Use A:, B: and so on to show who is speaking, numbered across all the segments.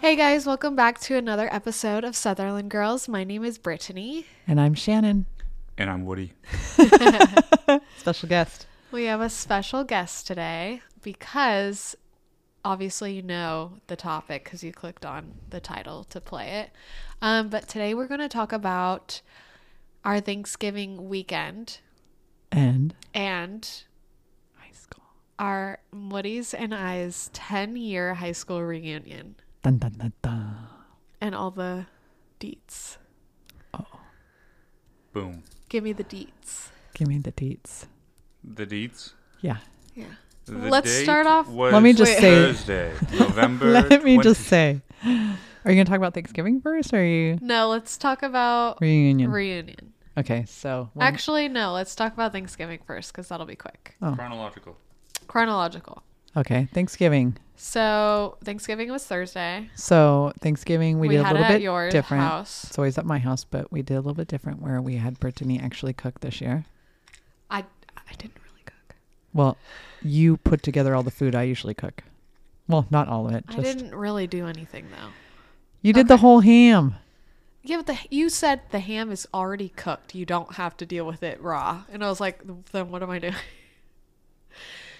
A: Hey guys, welcome back to another episode of Sutherland Girls. My name is Brittany.
B: And I'm Shannon,
C: And I'm Woody.
B: special guest.
A: We have a special guest today because obviously you know the topic because you clicked on the title to play it. Um, but today we're going to talk about our Thanksgiving weekend
B: And
A: and
B: high school.
A: our Woody's and I's 10 year high school reunion
B: Dun, dun, dun, dun.
A: and all the deets.
C: Boom.
A: Give me the deets.
B: Give me the deets.
C: The deets.
B: Yeah.
A: Yeah.
C: The
A: Let's
C: date
A: start off-
C: was
B: Let me just Wait. say-
C: Thursday, November.
B: Let me
C: 20
B: just say Are you going to talk about Thanksgiving first or are you
A: No, let's talk about
B: reunion?
A: reunion.
B: okay, so. one-
A: Actually, no. Let's talk about Thanksgiving first because that'll be quick.
C: chronological.
A: Chronological.
B: okay, Thanksgiving.
A: So Thanksgiving was Thursday.
B: So, Thanksgiving, we,
A: We
B: did a
A: had
B: little
A: it at
B: bit
A: your
B: different.
A: house.
B: It's always at my house, but we did a little bit different where we had Brittany actually cook this year.
A: I I didn't really cook.
B: Well, you put together all the food I usually cook. Well, not all of it.
A: I
B: Just
A: didn't really do anything though.
B: you did the whole ham.
A: Yeah, but the, you said the ham is already cooked. You don't have to deal with it raw. And I was like, then what am I doing?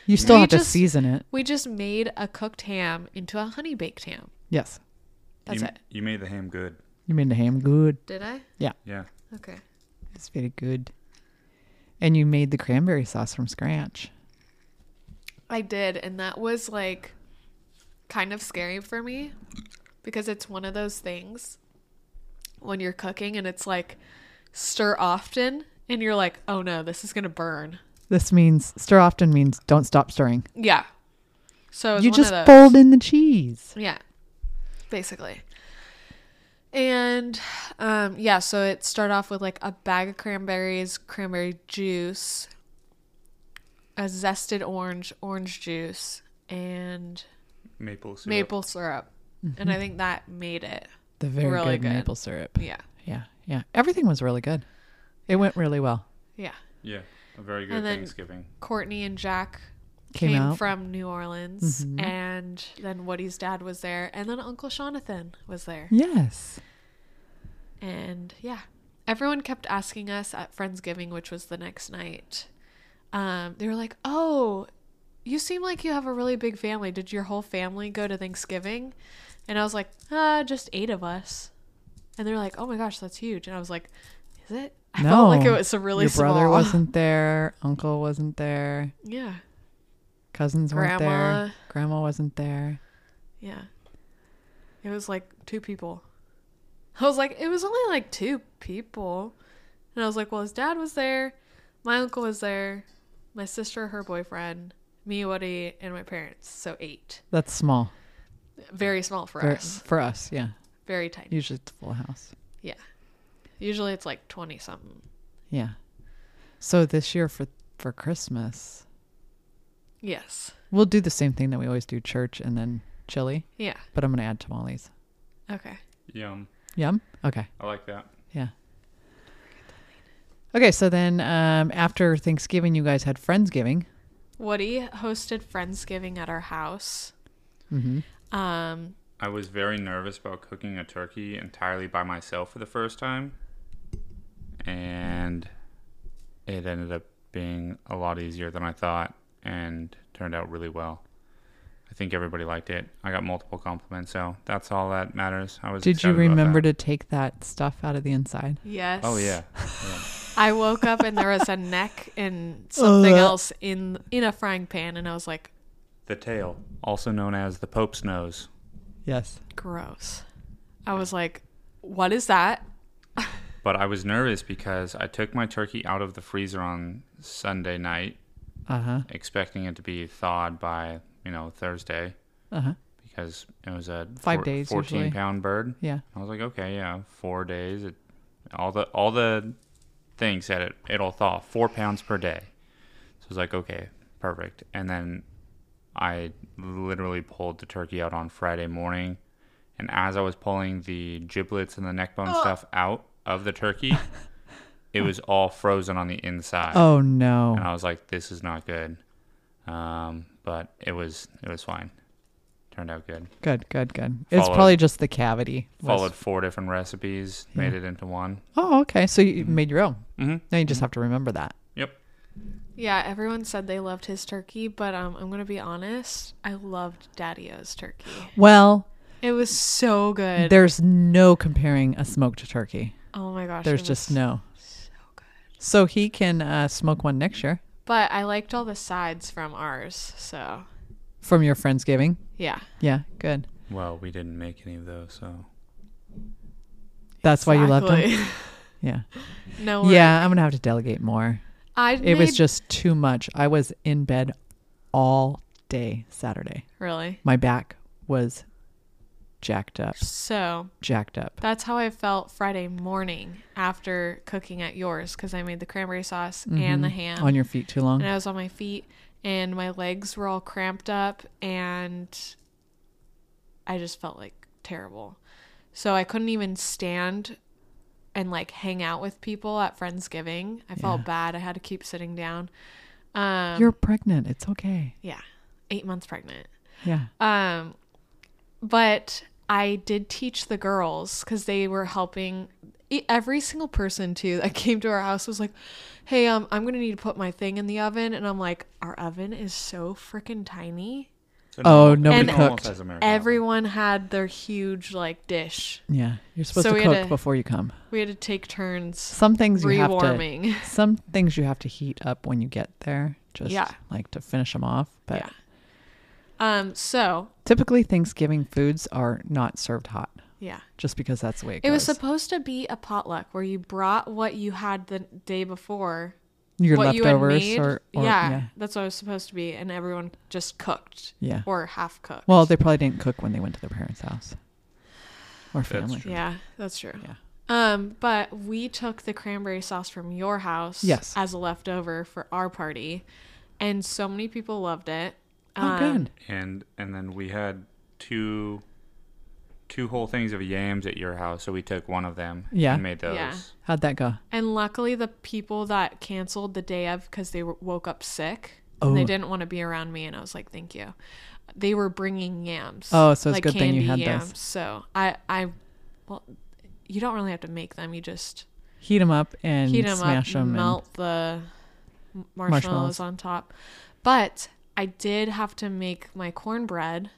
B: You still
A: We
B: have to
A: just-
B: season it.
A: We just made a cooked ham into a honey baked ham.
B: Yes,
A: That's
C: you,
A: it.
C: You made the ham good.
B: you made the ham good.
A: Did I?
C: Yeah.
A: Okay.
B: It's very good. And you made the cranberry sauce from scratch.
A: I did, and that was like kind of scary for me because it's one of those things when you're cooking and it's like stir often and you're like, "Oh no, this is going to burn."
B: This means stir often means don't stop stirring.
A: Yeah. So it was
B: You
A: one
B: just
A: of those.
B: fold in the cheese.
A: Yeah. Basically. And um yeah, so it started off with like a bag of cranberries, cranberry juice, a zested orange, orange juice, and
C: Maple syrup.
A: maple syrup. And I think that made it.
B: The very
A: Really
B: good,
A: good.
B: maple syrup.
A: Yeah.
B: Yeah, yeah. Everything was really good. It went really well.
A: Yeah.
C: Yeah. A very good
A: And then-
C: Thanksgiving.
A: Courtney and Jack
B: Came
A: came,
B: out.
A: from New Orleans and then Woody's dad was there and then Uncle Jonathan was there.
B: Yes.
A: And yeah. Everyone kept asking us at Friendsgiving, which was the next night. Um, they were like, Oh, you seem like you have a really big family. Did your whole family go to Thanksgiving? And I was like, uh, just eight of us. And they're like, Oh my gosh, that's huge. And I was like, Is it? I felt like it
B: No,
A: was a really
B: Your brother
A: small-
B: wasn't there. Uncle wasn't there.
A: Yeah.
B: Cousins weren't
A: Grandma.
B: there. Grandma wasn't there.
A: Yeah. It was like two people. I was like, it was only like two people. And I was like, well, his dad was there, my uncle was there, my sister, her boyfriend, me, Woody, and my parents. So eight.
B: That's small
A: Very small for
B: for,
A: us.
B: for us. Yeah,
A: Very tiny.
B: usually it's a full house.
A: Yeah. Usually it's like 20 something.
B: Yeah. So this year for for Christmas,
A: Yes.
B: we'll do the same thing that we always do: church and then chili.
A: Yeah.
B: But I'm gonna add tamales.
A: Okay.
C: Yum.
B: Yum. Okay.
C: I like that.
B: Yeah. Okay. So then um, after Thanksgiving, you guys had Friendsgiving.
A: Woody hosted Friendsgiving at our house.
B: Mm-hmm.
A: Um,
C: I was very nervous about cooking a turkey entirely by myself for the first time. And it ended up being a lot easier than I thought and turned out really well. I think everybody liked it. I got multiple compliments, so that's all that matters. I was
B: Did you
C: excited about
B: remember
C: that.
B: to take that stuff out of the inside?
A: yes.
C: Oh yeah.
A: I woke up and there was a neck and something
B: Ugh.
A: else in in a frying pan, and I was like,
C: The tail, also known as the Pope's nose.
B: Yes.
A: gross. I was like, what is that?
C: But I was nervous because I took my turkey out of the freezer on Sunday night,
B: Uh huh.
C: expecting it to be thawed by, you know, Thursday
B: Uh huh.
C: because it was a
B: Five days usually.
C: 14 pound bird.
B: Yeah.
C: I was like, okay, yeah, four days. It, all the all the things said it it'll thaw four pounds per day. So I was like, okay, perfect. And then I literally pulled the turkey out on Friday morning,
B: Oh.
C: and as I was pulling the giblets and the neck bone stuff out of the turkey, it was all frozen on the inside.
B: Oh no.
C: And I was like, this is not good. Um, but it was it was fine. Turned out good.
B: Good, good, good. It's
C: Followed-
B: probably just the cavity. was- Hmm.
C: Followed four different recipes, made it into one.
B: Oh, okay. So you made your own.
C: Mm-hmm.
B: Now you just have to remember that.
C: Yep.
A: Yeah, everyone said they loved his turkey, but um, I'm gonna be honest. I loved Daddy O's turkey.
B: Well,
A: It was so good.
B: there's no comparing a smoked turkey.
A: oh my gosh,
B: There's
A: it
B: just
A: was-
B: no. So he can uh, smoke one next year
A: But I liked all the sides from ours, so
B: from your friendsgiving.
A: yeah.
B: Yeah, good.
C: Well, we didn't make any of those, so
B: That's why Oh, you loved him.
A: Exactly.
B: Yeah.
A: no. Worries.
B: Yeah, I'm gonna have to delegate more.
A: I.
B: It was
A: made-
B: just too much. I was in bed all day Saturday.
A: really.
B: My back was jacked up,
A: So
B: jacked up.
A: that's how I felt Friday morning after cooking at yours because I made the cranberry sauce and the ham.
B: On your feet too long.
A: and I was on my feet and my legs were all cramped up and I just felt like terrible. So I couldn't even stand and like hang out with people at Friendsgiving. I felt bad. I had to keep sitting down. Um
B: You're pregnant. It's okay.
A: yeah. 8 months pregnant.
B: Yeah.
A: Um, but I did teach the girls because they were helping. E- Every single person too that came to our house was like, "Hey, um, I'm gonna need to put my thing in the oven," and I'm like, "Our oven is so freaking tiny."
B: Oh, nobody
A: And-
B: cooked.
A: Everyone had their huge like dish.
B: Yeah. You're supposed
A: So
B: to
A: we had
B: cook
A: to-
B: before you come.
A: We had to take turns
B: Some things you have to
A: rewarming.
B: some things you have to heat up when you get there just
A: Yeah.
B: like to finish them off, but
A: Yeah. Um, so
B: typically Thanksgiving foods are not served hot
A: yeah.
B: just because that's the way it,
A: It was
B: goes.
A: supposed to be a potluck where you brought what you had the day before
B: Your
A: what
B: leftovers
A: you had made.
B: or, or
A: yeah, that's what it was supposed to be, and everyone just cooked.
B: Yeah.
A: or half cooked.
B: Well, they probably didn't cook when they went to their parents' house or family.
C: true.
A: yeah, that's true.
B: Yeah.
A: Um, but we took the cranberry sauce from your house
B: Yes.
A: as a leftover for our party, and so many people loved it. uh,
B: Oh, good.
C: and and then we had two two whole things of yams at your house, so we took one of them
B: Yeah.
C: and made those.
A: Yeah.
B: How'd that go?
A: And luckily, the people that canceled the day of because they were, woke up sick and
B: Oh.
A: they didn't want to be around me, and I was like, "Thank you." They were bringing yams.
B: Oh, so it's a good thing you
A: candy
B: had those.
A: So I, I, well, you don't really have to make them. You just
B: Heat them up and
A: heat them
B: smash
A: up,
B: them.
A: melt the m- marshmallows,
B: Marshmallows.
A: on top. But I did have to make my cornbread,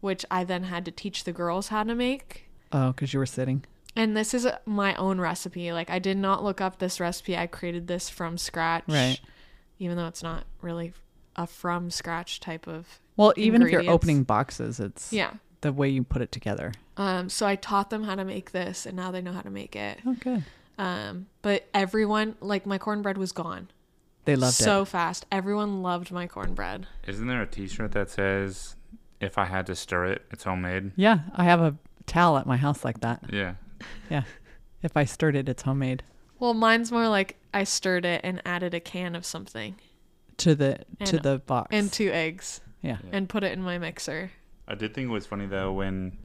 A: which I then had to teach the girls how to make.
B: And, oh, because you were sitting.
A: And this is my own recipe. Like I did not look up this recipe. I created this from scratch.
B: Right.
A: Even though it's not really a from scratch type of
B: Well, even if you're
A: Ingredients.
B: opening boxes, it's
A: yeah.
B: the way you put it together.
A: Um, so I taught them how to make this, and now they know how to make it.
B: Oh, good.
A: Um, but everyone, like my cornbread, was gone
B: They loved
A: so
B: it.
A: fast. Everyone loved my cornbread.
C: Isn't there a T-shirt that says, "If I had to stir it, it's homemade"?
B: Yeah, I have a towel at my house like that.
C: Yeah.
B: Yeah. If I stirred it, it's homemade.
A: Well, mine's more like I stirred it and added a can of something
B: To the to
A: And-
B: the box.
A: and two eggs
B: yeah.
A: and put it in my mixer.
C: I did think it was funny though when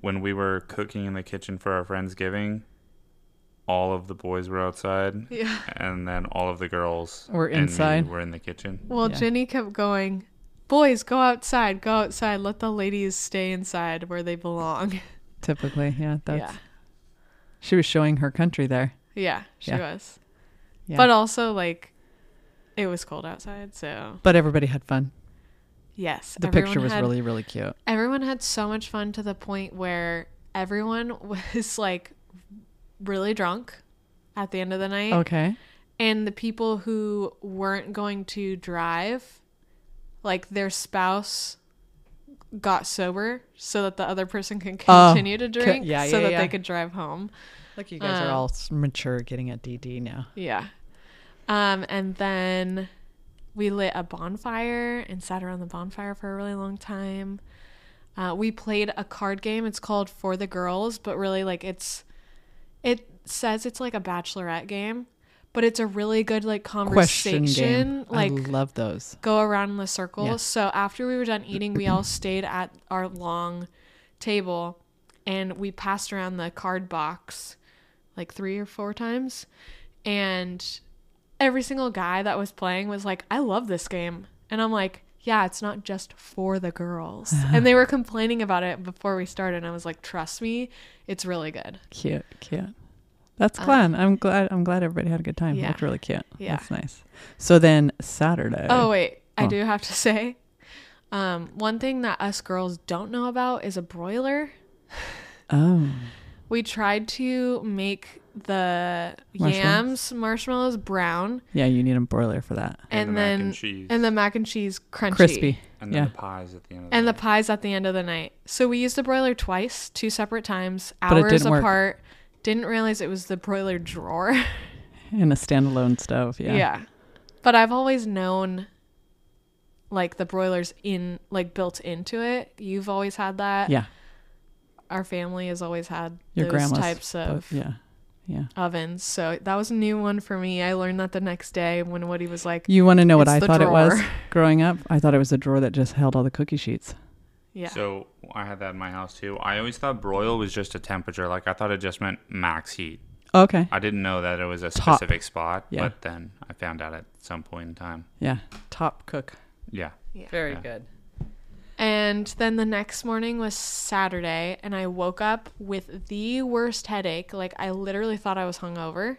C: when we were cooking in the kitchen for our friendsgiving, all of the boys were outside,
A: Yeah.
C: and then all of the girls
B: Were
C: and me
B: inside.
C: were in the kitchen.
A: Well,
B: Yeah.
A: Jenny kept going, Boys, go outside, go outside, let the ladies stay inside where they belong.
B: Typically, yeah. That's she was showing her country there.
A: yeah. Yeah, she
B: Yeah.
A: was.
B: Yeah.
A: But uh, also, like, it was cold outside, so
B: But everybody had fun.
A: yes.
B: The
A: everyone
B: picture was
A: had-
B: really, really cute.
A: Everyone had so much fun to the point where everyone was, like, really drunk at the end of the night.
B: Okay.
A: and the people who weren't going to drive like their spouse got sober so that the other person can
B: Oh,
A: continue to
B: co-
A: drink
B: yeah,
A: so
B: yeah,
A: that
B: yeah.
A: they could drive home
B: Look, you guys are all s- mature getting a DD now.
A: yeah um and then we lit a bonfire and sat around the bonfire for a really long time uh, we played a card game it's called for the girls but really like it's it says it's like a bachelorette game but it's a really good like
B: Question
A: conversation
B: game.
A: like
B: I love those.
A: go around in the circle.
B: Yeah.
A: So after we were done eating, we all stayed at our long table and we passed around the card box like three or four times. and every single guy that was playing was like, I love this game. And I'm like, yeah, it's not just for the girls. and they were complaining about it before we started. And I was like, trust me, it's really good.
B: Cute, cute. That's fun. I'm glad. I'm glad everybody had a good time.
A: yeah.
B: Looked really cute.
A: Yeah.
B: That's nice. So then Saturday.
A: Oh, wait. I
B: Oh.
A: do have to say um, one thing that us girls don't know about is a broiler.
B: Oh.
A: We tried to make the
B: Marshmallows?
A: yams, marshmallows brown,
B: Yeah, you need a broiler for that.
A: and,
C: And the mac
A: then
C: and cheese.
A: and the mac and cheese crunchy,
B: Crispy.
C: And then
B: yeah.
C: the pies at the end of the
A: and the
C: night.
A: pies at the end of the night. So we used the broiler twice, two separate times,
B: it
A: hours
B: didn't work.
A: apart. Didn't realize it was the broiler drawer.
B: and a standalone stove. Yeah.
A: But I've always known like the broilers in like built into it. You've always had that.
B: Yeah.
A: Our family has always had
B: Your
A: those
B: grandma's
A: types of
B: yeah. Yeah.
A: ovens. So that was a new one for me. I learned that the next day when Woody was like,
B: You want to know what
A: It's
B: I
A: the
B: thought it was
A: drawer.
B: growing up? I thought it was a drawer that just held all the cookie sheets.
A: Yeah.
C: So I had that in my house too. I always thought broil was just a temperature. Like I thought it just meant max heat.
B: Okay.
C: I didn't know that it was a
B: Top.
C: specific spot,
B: Yeah.
C: but then I found out at some point in time.
B: Yeah. Top cook.
C: Yeah.
B: Very
C: Yeah.
B: good.
A: And then the next morning was Saturday, and I woke up with the worst headache. Like, I literally thought I was hungover.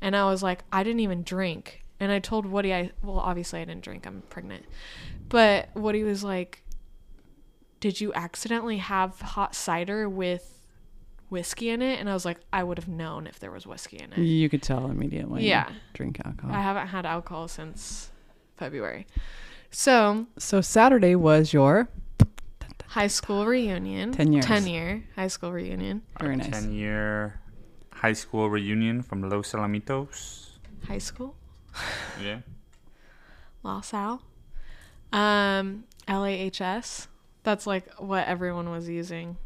A: And I was like, I didn't even drink. And I told Woody, I, well, obviously I didn't drink, I'm pregnant. But Woody was like, Did you accidentally have hot cider with whiskey in it? And I was like, I would have known if there was whiskey in it.
B: You could tell immediately. you
A: Yeah.
B: Drink alcohol.
A: I haven't had alcohol since February. So,
B: so Saturday was your
A: high school reunion.
B: 10 years.
A: 10 year high school reunion.
B: very nice.
C: Ten year high school reunion from Los Alamitos.
A: High school.
C: Yeah.
A: La Salle. Um, LAHS. That's like what everyone was using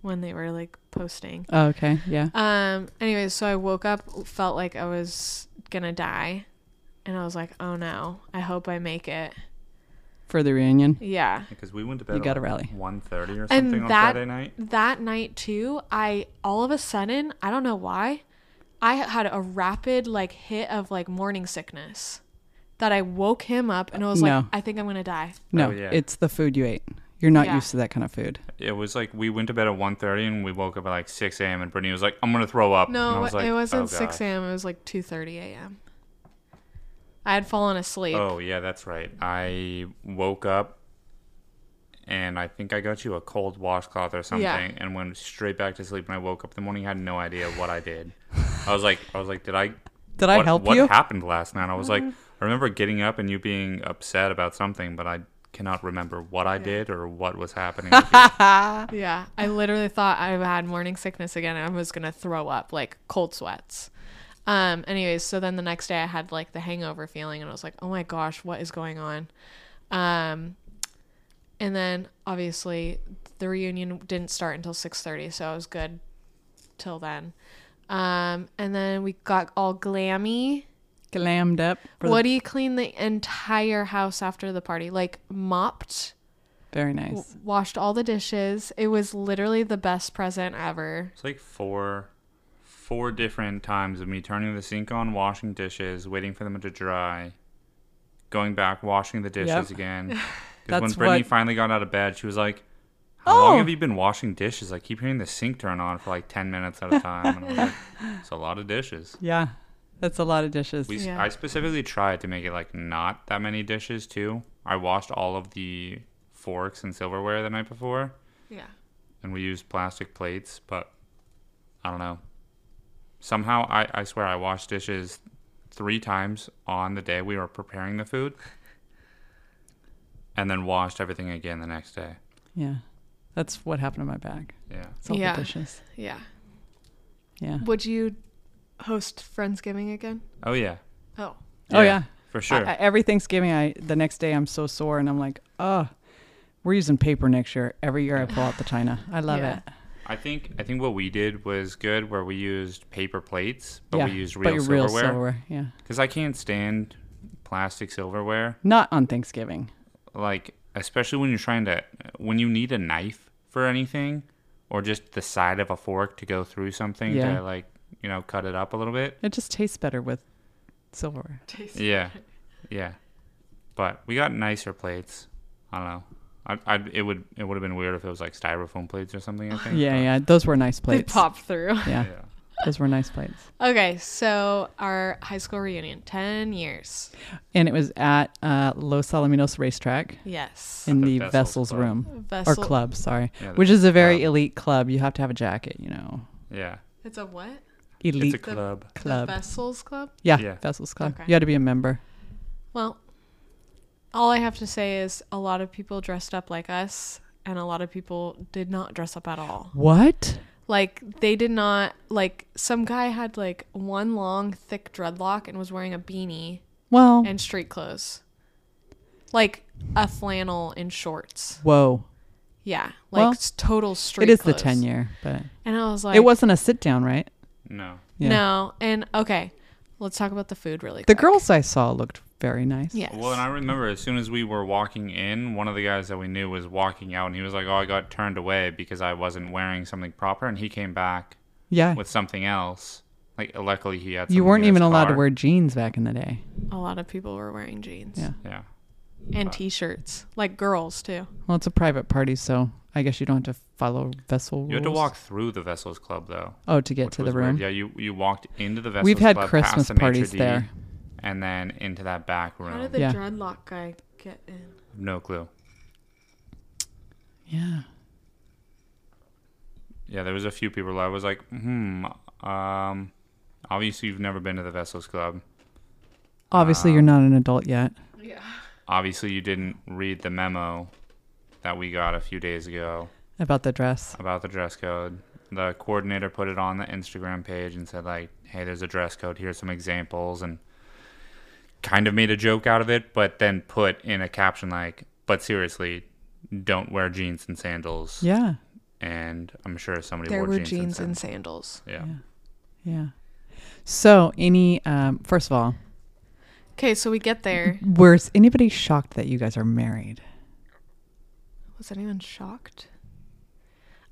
A: when they were like posting.
B: Oh, okay. Yeah.
A: Um, anyways, so I woke up, felt like I was gonna die. And I was like, oh no, I hope I make it.
B: For the reunion.
C: Oh,
A: Yeah.
C: Because we went to bed.
B: You got a rally.
C: One thirty or
A: And
C: something on
A: that-
C: Friday night.
A: That night too, I all of a sudden, I don't know why, I had a rapid like hit of like morning sickness that I woke him up and I was like,
B: No.
A: I think I'm gonna die.
B: No,
C: yeah.
B: it's the food you ate. You're not
A: Yeah.
B: used to that kind of food.
C: It was like we went to bed at 1.30 and we woke up at like six a.m. and Brittany was like, "I'm gonna throw up." and I
A: No,
C: was like,
A: it wasn't
C: "Oh,
A: 6
C: gosh."
A: a.m. It was like 2:30 a.m. I had fallen asleep.
C: Oh yeah, that's right. I woke up and I think I got you a cold washcloth or something and went straight back to sleep and I woke up in the morning had no idea what I did. I was like I was like, Did I
B: Did I
C: what,
B: help
C: what
B: you? Mm-hmm.
C: happened last night? I was like I remember getting up and you being upset about something, but I cannot remember what I did or what was happening. with you.
A: Yeah, I literally thought I had morning sickness again. and I was gonna throw up, like cold sweats. Um. Anyways, so then the next day I had like the hangover feeling, and I was like, oh my gosh, what is going on? Um. And then obviously the reunion didn't start until 6:30, so I was good till then. Um. And then we got all glammy.
B: Glammed up. For the-
A: Woody cleaned the entire house after the party, like mopped,
B: very nice.
A: washed all the dishes. It was literally the best present ever.
C: It's like four four different times of me turning the sink on, washing dishes, waiting for them to dry, going back, washing the dishes
B: Yep.
C: again. Because when
B: That's
C: Brittany
B: what-
C: finally got out of bed, she was like, How long
B: Oh.
C: have you been washing dishes? I keep hearing the sink turn on for like ten minutes at a time. And I was like, It's a lot of dishes.
B: Yeah. That's a lot of dishes.
C: We, s-
A: Yeah.
C: I specifically tried to make it like not that many dishes too. I washed all of the forks and silverware the night before
A: Yeah.
C: and we used plastic plates, but I don't know. Somehow, I, I swear I washed dishes three times on the day we were preparing the food and then washed everything again the next day.
B: yeah. That's what happened to my bag.
C: Yeah.
B: It's all
A: Yeah.
B: the dishes.
A: Yeah.
B: Yeah.
A: Would you host Friendsgiving again?
C: Oh, yeah.
A: Oh.
B: Oh, yeah.
C: For sure.
B: I, I- every Thanksgiving, I the next day I'm so sore and I'm like, oh, we're using paper next year. Every year I pull out the china. I love
A: Yeah.
B: it.
C: I think I think what we did was good where we used paper plates, but
B: yeah,
C: we used
B: but
C: real
B: your real
C: silverware.
B: silverware. Yeah,
C: Because I can't stand plastic silverware.
B: not on Thanksgiving.
C: like especially when you're trying to when you need a knife for anything or just the side of a fork to go through something
B: Yeah.
C: to like you know, cut it up a little bit.
B: It just tastes better with silverware.
A: Taste
C: Yeah, yeah. But we got nicer plates. I don't know. I, I it would it would have been weird if it was like styrofoam plates or something. I think.
B: Yeah, yeah. Those were nice
A: They
B: plates.
A: pop through.
C: but-
B: Yeah,
C: yeah.
B: those were nice plates.
A: Okay, so our high school reunion, 10 years.
B: And it was at uh, Los Alaminos Racetrack
A: Yes.
B: in the,
C: the
B: Vessels,
C: Vessels Club.
B: Room
A: Vessel.
B: or club, sorry,
C: Yeah, the
B: which is a very
C: club.
B: elite club. You have to have a jacket, you know.
C: Yeah.
A: It's a what?
B: Elite
C: It's a club.
B: club.
A: The Vessels Club?
B: yeah,
C: Yeah.
B: Vessels Club.
A: Okay.
B: You had to be a member.
A: Well, all I have to say is a lot of people dressed up like us, and a lot of people did not dress up at all.
B: What?
A: Like, they did not, like, some guy had, like, one long, thick dreadlock and was wearing a beanie
B: Well,
A: and street clothes. Like, a flannel and shorts.
B: whoa.
A: Yeah. Like,
B: Well,
A: s- total street
B: It is
A: clothes.
B: the 10 year, but
A: And I was like,
B: it wasn't a sit down, right?
C: No.
B: Yeah.
A: No, and okay, let's talk about the food really.
B: The
A: quick.
B: girls I saw looked very nice.
A: Yes.
C: Well, and I remember as soon as we were walking in, one of the guys that we knew was walking out, and he was like, "Oh, I got turned away because I wasn't wearing something proper," and he came back
B: Yeah.
C: with something else. Like, luckily, he had.
B: You
C: something
B: weren't
C: in his
B: even allowed to
C: car.
B: wear jeans back in the day.
A: a lot of people were wearing jeans.
B: Yeah.
C: Yeah.
A: And t-shirts, like girls too.
B: Well, it's a private party, so I guess you don't have to follow vessel rules.
C: You had to walk through the Vessels Club though.
B: Oh, to get
C: which
B: to the
C: was weird.
B: room.
C: Yeah, you you walked into the Vessels
B: We've had
C: Club,
B: Christmas
C: past the maitre
B: parties
C: d',
B: there.
C: and then into that back room.
B: Yeah.
A: dreadlock guy get in?
C: No clue.
B: Yeah.
C: Yeah, there was a few people that I was like, hmm. Um, obviously, you've never been to the Vessels Club.
B: Obviously,
C: Um,
B: you're not an adult yet.
A: Yeah.
C: Obviously, you didn't read the memo that we got a few days ago
B: About the dress.
C: about the dress code. The coordinator put it on the Instagram page and said like, "Hey, there's a dress code. Here's some examples," and kind of made a joke out of it, but then put in a caption like, "But seriously, don't wear jeans and sandals."
B: Yeah.
C: And I'm sure somebody
A: There
C: wore
A: were
C: jeans,
A: jeans and
C: and
A: sandals.
C: sandals. Yeah.
B: Yeah. So, any, um, first of all,
A: Okay, so we get there.
B: was anybody shocked that you guys are married?
A: Was anyone shocked?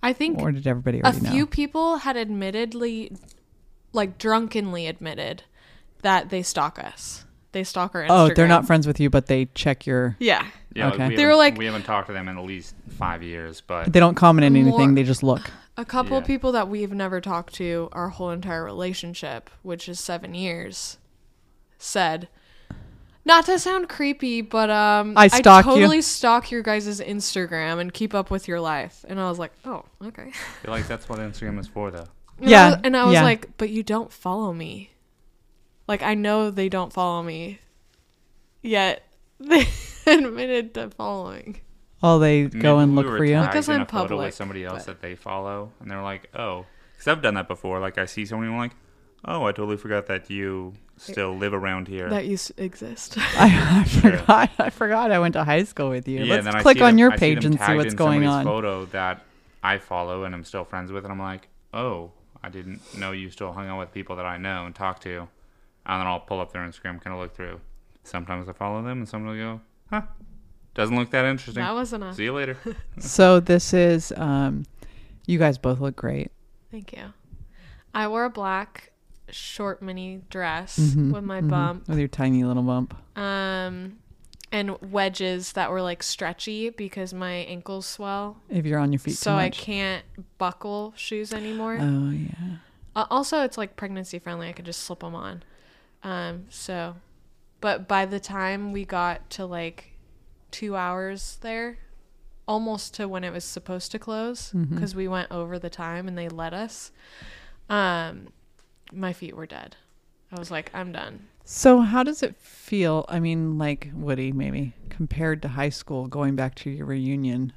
A: I think
B: Or did everybody
A: a
B: already
A: few
B: know?
A: people had admittedly, like drunkenly admitted, that they stalk us. They stalk our Instagram.
B: Oh, they're not friends with you, but they check your.
A: Yeah.
C: Yeah, like,
B: Okay.
C: we
A: They were
C: haven't-
A: like-
C: we haven't talked to them in at least five years, but
B: They don't comment on anything,
A: More-
B: they just look.
A: A couple
C: Yeah.
A: people that we've never talked to our whole entire relationship, which is seven years, said, not to sound creepy, but um,
B: I stalk you."
A: totally stalk your guys' Instagram and keep up with your life. And I was like, oh, okay.
C: I feel like that's what Instagram is for, though.
A: And I
B: Yeah,
A: was- and I was
B: yeah.
A: like, but you don't follow me. Like, I know they don't follow me, yet they admitted to following.
B: Oh, they go
C: Maybe
B: and
C: we
B: look
C: were
B: for you.
C: tagged
A: Because
C: in
A: I'm
C: a photo
A: public,
C: with somebody else
A: but-
C: that they follow, and they're like, "Oh," because I've done that before. Like I see someone, I'm like, "Oh, I totally forgot that you still live around here."
A: That used to exist.
B: I, I forgot. I forgot I went to high school with you.
C: yeah,
B: Let's
C: then I
B: click
C: see them-
B: on your
C: I see
B: page
C: them
B: and see
C: tagged
B: what's
C: in
B: going
C: somebody's
B: on.
C: Photo that I follow and I'm still friends with, and I'm like, "Oh, I didn't know you still hung out with people that I know and talk to," and then I'll pull up their Instagram, kind of look through. Sometimes I follow them, and sometimes I go, "Huh." Doesn't look that interesting.
A: that wasn't a.
C: See you later.
B: So this is. Um, you guys both look great.
A: Thank you. I wore a black short mini dress
B: Mhm,
A: with my
B: mhm,
A: bump,
B: With your tiny little bump.
A: um, and wedges that were like stretchy because my ankles swell,
B: If you're on your feet
A: so
B: too
A: I
B: much.
A: can't buckle shoes anymore.
B: Oh yeah.
A: Uh, also, it's like pregnancy friendly; I could just slip them on. Um, so, but by the time we got to like two hours there, almost to when it was supposed to close, because we went over the time and they let us, um, my feet were dead. I was like, I'm done.
B: So how does it feel? I mean, like Woody, maybe compared to high school, going back to your reunion,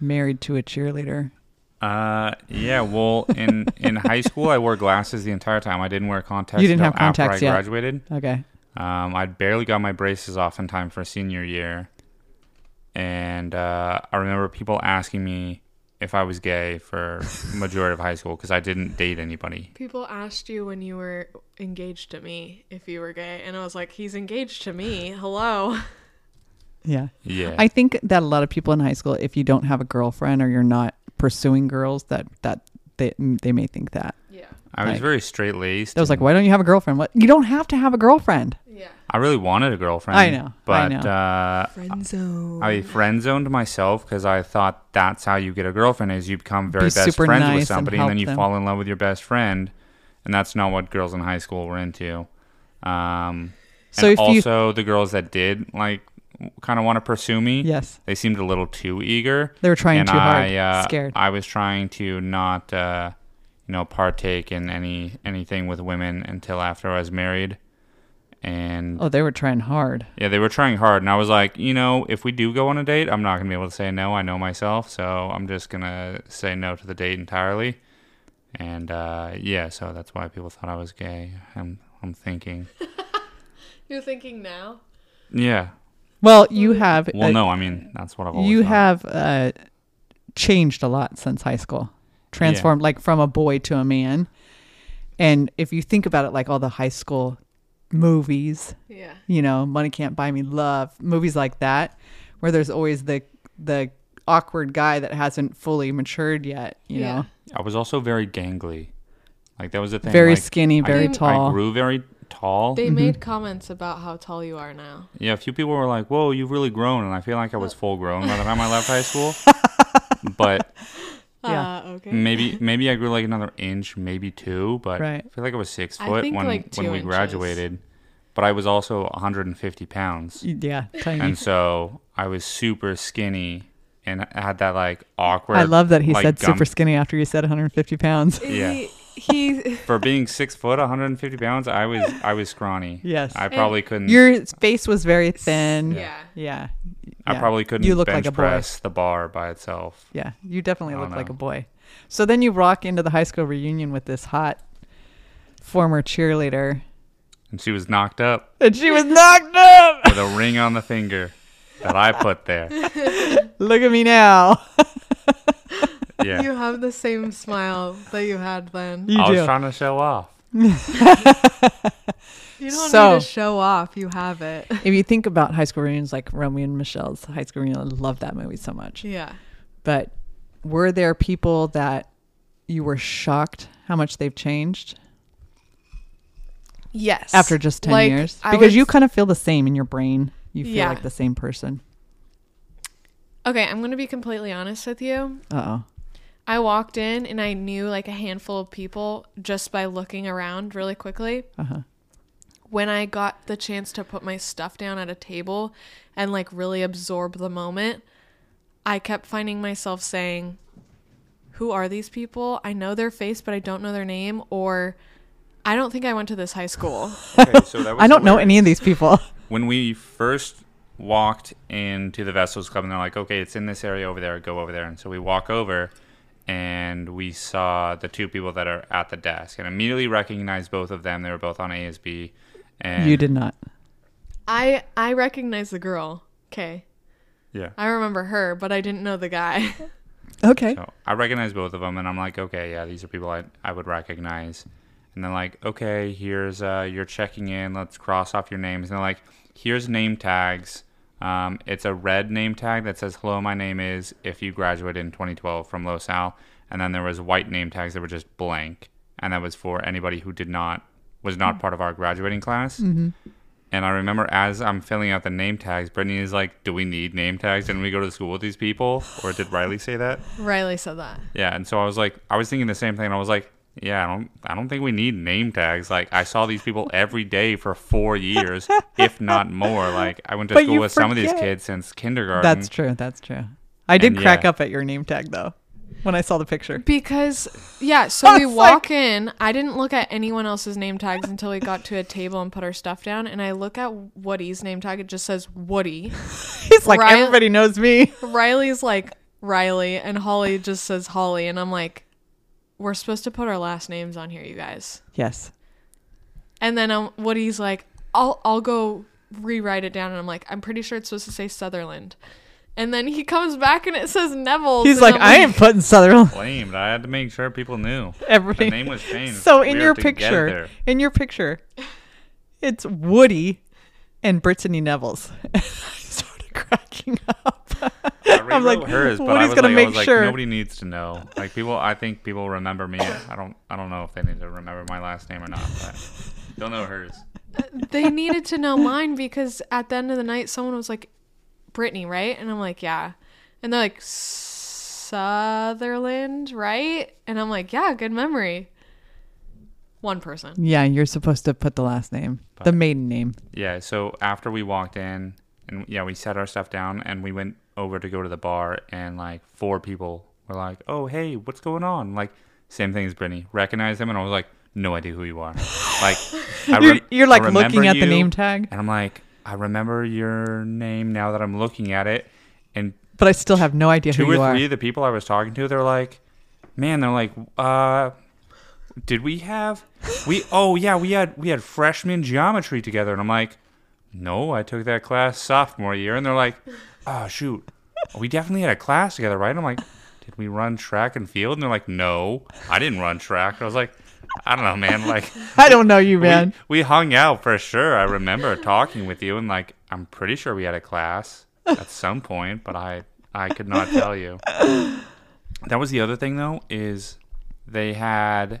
B: married to a cheerleader.
C: Uh, yeah. Well, in in high school, I wore glasses the entire time. I didn't wear contacts.
B: You didn't
C: until
B: have contacts
C: after I
B: yet.
C: graduated.
B: Okay.
C: Um, I barely got my braces off in time for senior year, and uh, I remember people asking me if I was gay for majority of high school because I didn't date anybody.
A: People asked you when you were engaged to me if you were gay, and I was like, he's engaged to me. Hello.
B: Yeah.
C: Yeah.
B: I think that a lot of people in high school, if you don't have a girlfriend or you're not pursuing girls, that that they they may think that.
A: Yeah.
C: I was
B: Like-
C: very straight laced.
B: I was like, why don't you have a girlfriend? What? You don't have to have a girlfriend.
A: Yeah.
C: I really wanted a girlfriend.
B: I know, I
C: But
B: know.
C: Uh,
D: Friend zone.
C: I friend zoned myself because I thought that's how you get a girlfriend is you become
B: Be
C: very best
B: super
C: friends
B: nice
C: with
B: and
C: somebody and,
B: help
C: then you
B: them.
C: fall in love with your best friend, and that's not what girls in high school were into. Um,
B: So
C: and
B: if you-
C: also the girls that did like kind of want to pursue me,
B: Yes,
C: they seemed a little too eager.
B: they were trying
C: and
B: too hard.
C: I, uh,
B: Scared.
C: I was trying to not, uh, you know, partake in any anything with women until after I was married, and
B: oh, they were trying hard.
C: yeah, they were trying hard, and I was like, you know, if we do go on a date, I'm not gonna be able to say no. I know myself, so I'm just gonna say no to the date entirely. And uh, yeah, so that's why people thought I was gay. I'm, I'm thinking,
A: You're thinking now?
C: yeah.
B: Well, you have.
C: Well,
B: uh,
C: no, I mean that's what I've always
B: you
C: thought.
B: have uh, changed a lot since high school transformed like from a boy to a man and if you think about it like all the high school movies
A: Yeah.
B: you know money can't buy me love movies like that where there's always the the awkward guy that hasn't fully matured yet you
A: Yeah.
B: know
C: I was also very gangly, like that was the thing.
B: very
C: like,
B: skinny very
C: I,
B: tall
C: I grew very tall.
B: Mm-hmm.
A: They made comments about how tall you are now.
C: Yeah, a few people were like, "Whoa, you've really grown," and I feel like I was full grown by the time I left high school. But
B: Yeah.
A: Uh, okay.
C: maybe maybe I grew like another inch, maybe two, but
B: Right.
C: I feel like I was six
A: I
C: foot
A: think,
C: when
A: like, two
C: when we
A: inches.
C: graduated. But I was also 150 pounds,
B: yeah tiny
C: and so I was super skinny and I had that like awkward.
B: i love that he
C: like,
B: said
C: gum-
B: super skinny after you said 150 pounds
C: Yeah.
A: He, he
C: For being six foot, 150 pounds, I was I was scrawny.
B: Yes.
C: I probably couldn't.
B: your face was very thin yeah,
A: yeah.
B: yeah.
C: I probably couldn't
B: you look
C: bench
B: like a boy.
C: press the bar by itself.
B: Yeah, you definitely
C: I
B: look
C: don't
B: like a
C: know.
B: boy. So then you rock into the high school reunion with this hot former cheerleader,
C: And she was knocked up.
B: and she was knocked up.
C: with a ring on the finger that I put there.
B: Look at me now.
C: Yeah.
A: You have the same smile that you had then.
B: You
C: I was
B: do.
C: trying to show off.
A: You don't
B: So-
A: need to show off. You have it.
B: If you think about high school reunions, like Romeo and Michelle's high school reunion, I love that movie so much.
A: Yeah.
B: But were there people that you were shocked how much they've changed
A: Yes.
B: after just ten
A: Like,
B: years?
A: I
B: Because
A: would-
B: you kind of feel the same in your brain. You feel
A: Yeah.
B: like the same person.
A: Okay, I'm gonna be completely honest with you.
B: Uh oh.
A: I walked in and I knew like a handful of people just by looking around really quickly.
B: Uh-huh.
A: When I got the chance to put my stuff down at a table and like really absorb the moment, I kept finding myself saying, Who are these people? I know their face, but I don't know their name, or I don't think I went to this high school.
C: Okay, so that was
B: I don't know
C: hilarious.
B: any of these people.
C: When we first walked into the Vessels Club, and they're like, okay, it's in this area over there, go over there. And so we walk over, and we saw the two people that are at the desk, and immediately recognized both of them. They were both on ASB. And
B: you did not.
A: I I recognize the girl. Okay.
C: Yeah.
A: I remember her, but I didn't know the guy.
B: Okay.
C: So I recognize both of them, and I'm like, okay, yeah, these are people I, I would recognize. And they're like, okay, here's uh, you're checking in. Let's cross off your names. And they're like, here's name tags. Um, it's a red name tag that says, hello, my name is. If you graduated in 2012 from Los Al, and then there was white name tags that were just blank, and that was for anybody who did not was not part of our graduating class. And I remember as I'm filling out the name tags, Brittany is like, "Do we need name tags? Didn't we go to school with these people?" Or did Riley say that?
A: Riley said that.
C: Yeah, and so I was like, I was thinking the same thing. And I was like, yeah, I don't, I don't think we need name tags. Like, I saw these people every day for four years, if not more. Like, I went to
B: But you
C: school with some of these
B: forget.
C: kids since kindergarten.
B: That's true. That's true. I did
C: And
B: crack
C: yeah.
B: up at your name tag though when I saw the picture.
A: Because yeah, so
B: I
A: we
B: was
A: walk
B: like-
A: in. I didn't look at anyone else's name tags until we got to a table and put our stuff down. And I look at Woody's name tag. It just says Woody.
B: He's like,
A: Ryan-
B: everybody knows me.
A: Riley's like Riley, and Holly just says Holly. And I'm like, we're supposed to put our last names on here, you guys.
B: Yes.
A: And then um, Woody's like, I'll I'll go rewrite it down. And I'm like, I'm pretty sure it's supposed to say Sutherland. And then he comes back and it says Neville.
B: He's like, I ain't putting Sutherland.
C: blamed. I had to make sure people knew the
B: Everybody.
C: name was changed.
B: so
C: We
B: in
C: were
B: your
C: together.
B: picture, in your picture, it's Woody and Brittany Neville's. I started cracking up.
C: I I
B: I'm like,
C: rewrote hers, but
B: what
C: I
B: he's
C: was
B: gonna
C: like, I
B: make
C: was like,
B: sure.
C: nobody needs to know. Like people, I think people remember me. I don't, I don't know if they need to remember my last name or not. But they'll know hers.
A: they needed to know mine because at the end of the night, someone was like, Brittany, right? And I'm like, yeah. And they're like, Sutherland, right? And I'm like, yeah, good memory. One person.
B: Yeah, you're supposed to put the last name, the maiden name.
C: Yeah. So after we walked in, and yeah, we set our stuff down, and we went over to go to the bar, and like four people were like, "Oh, hey, what's going on?" Like same thing as Brittany. Recognized them, and I was like, "No idea who you are." Like I
B: You're,
C: rem-
B: you're
C: I
B: like
C: remember
B: looking at the
C: you,
B: name tag,
C: and I'm like, "I remember your name now that I'm looking at it," and
B: but I still have no idea
C: two
B: who
C: or
B: you are.
C: three of the people I was talking to, they're like, man, they're like, uh, did we have we? Oh yeah, we had we had freshman geometry together, and I'm like, no, I took that class sophomore year, and they're like, oh shoot, we definitely had a class together, right? And I'm like, did we run track and field? And they're like, no, I didn't run track. I was like, I don't know, man, like.
B: I don't know you, man.
C: We, we hung out for sure. I remember talking with you, and like, I'm pretty sure we had a class at some point, but I I could not tell you. That was the other thing though is they had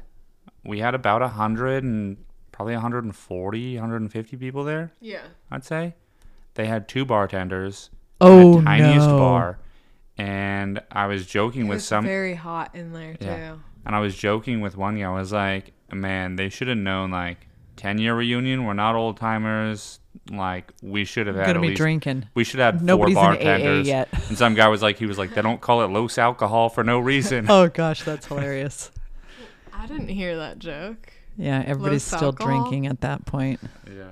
C: we had about a hundred and probably 140, 150 people there.
A: Yeah.
C: I'd say they had two bartenders.
B: Oh,
C: the tiniest
B: no.
C: bar, and I was joking
A: It
C: with
A: was
C: some
A: very hot in there, too.
C: Yeah. and I was joking with one guy. I was like, man, they should have known like ten year reunion. We're not old timers. Like we should have had
B: gonna
C: at
B: be
C: least-
B: drinking.
C: We should have
B: Nobody's in AA
C: four bartenders.
B: yet.
C: And some guy was like, he was like, they don't call it los alcohol for no reason.
B: Oh gosh, that's hilarious.
A: I didn't hear that joke.
B: Yeah, everybody's still
A: alcohol.
B: drinking at that point.
C: yeah.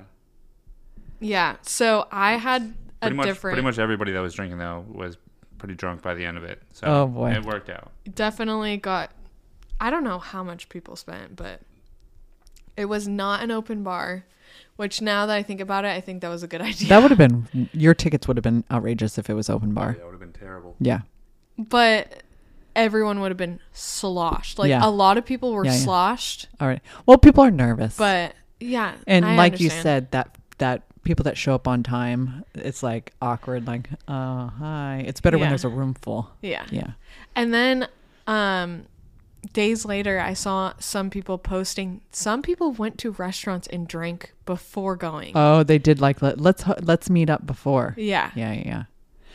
A: Yeah. So I had a
C: Pretty much,
A: different.
C: pretty much everybody that was drinking though was pretty drunk by the end of it. So
B: Oh, boy.
C: it worked out.
A: definitely got I don't know how much people spent, but it was not an open bar, which now that I think about it, I think that was a good idea.
B: That would have been your tickets would have been outrageous if it was open bar.
C: would have been terrible.
B: Yeah.
A: but everyone would have been sloshed. Like
B: Yeah.
A: a lot of people were
B: Yeah, yeah.
A: sloshed,
B: All right. Well, people are nervous.
A: but yeah.
B: and
A: I
B: like you
A: understand.
B: said that that people that show up on time, it's like awkward like, "Oh, hi." It's better when
A: Yeah.
B: there's a room full.
A: Yeah.
B: Yeah.
A: And then um days later I saw some people posting some people went to restaurants and drank before going.
B: Oh, they did like let, let's ho- let's meet up before.
A: yeah.
B: Yeah, yeah, yeah.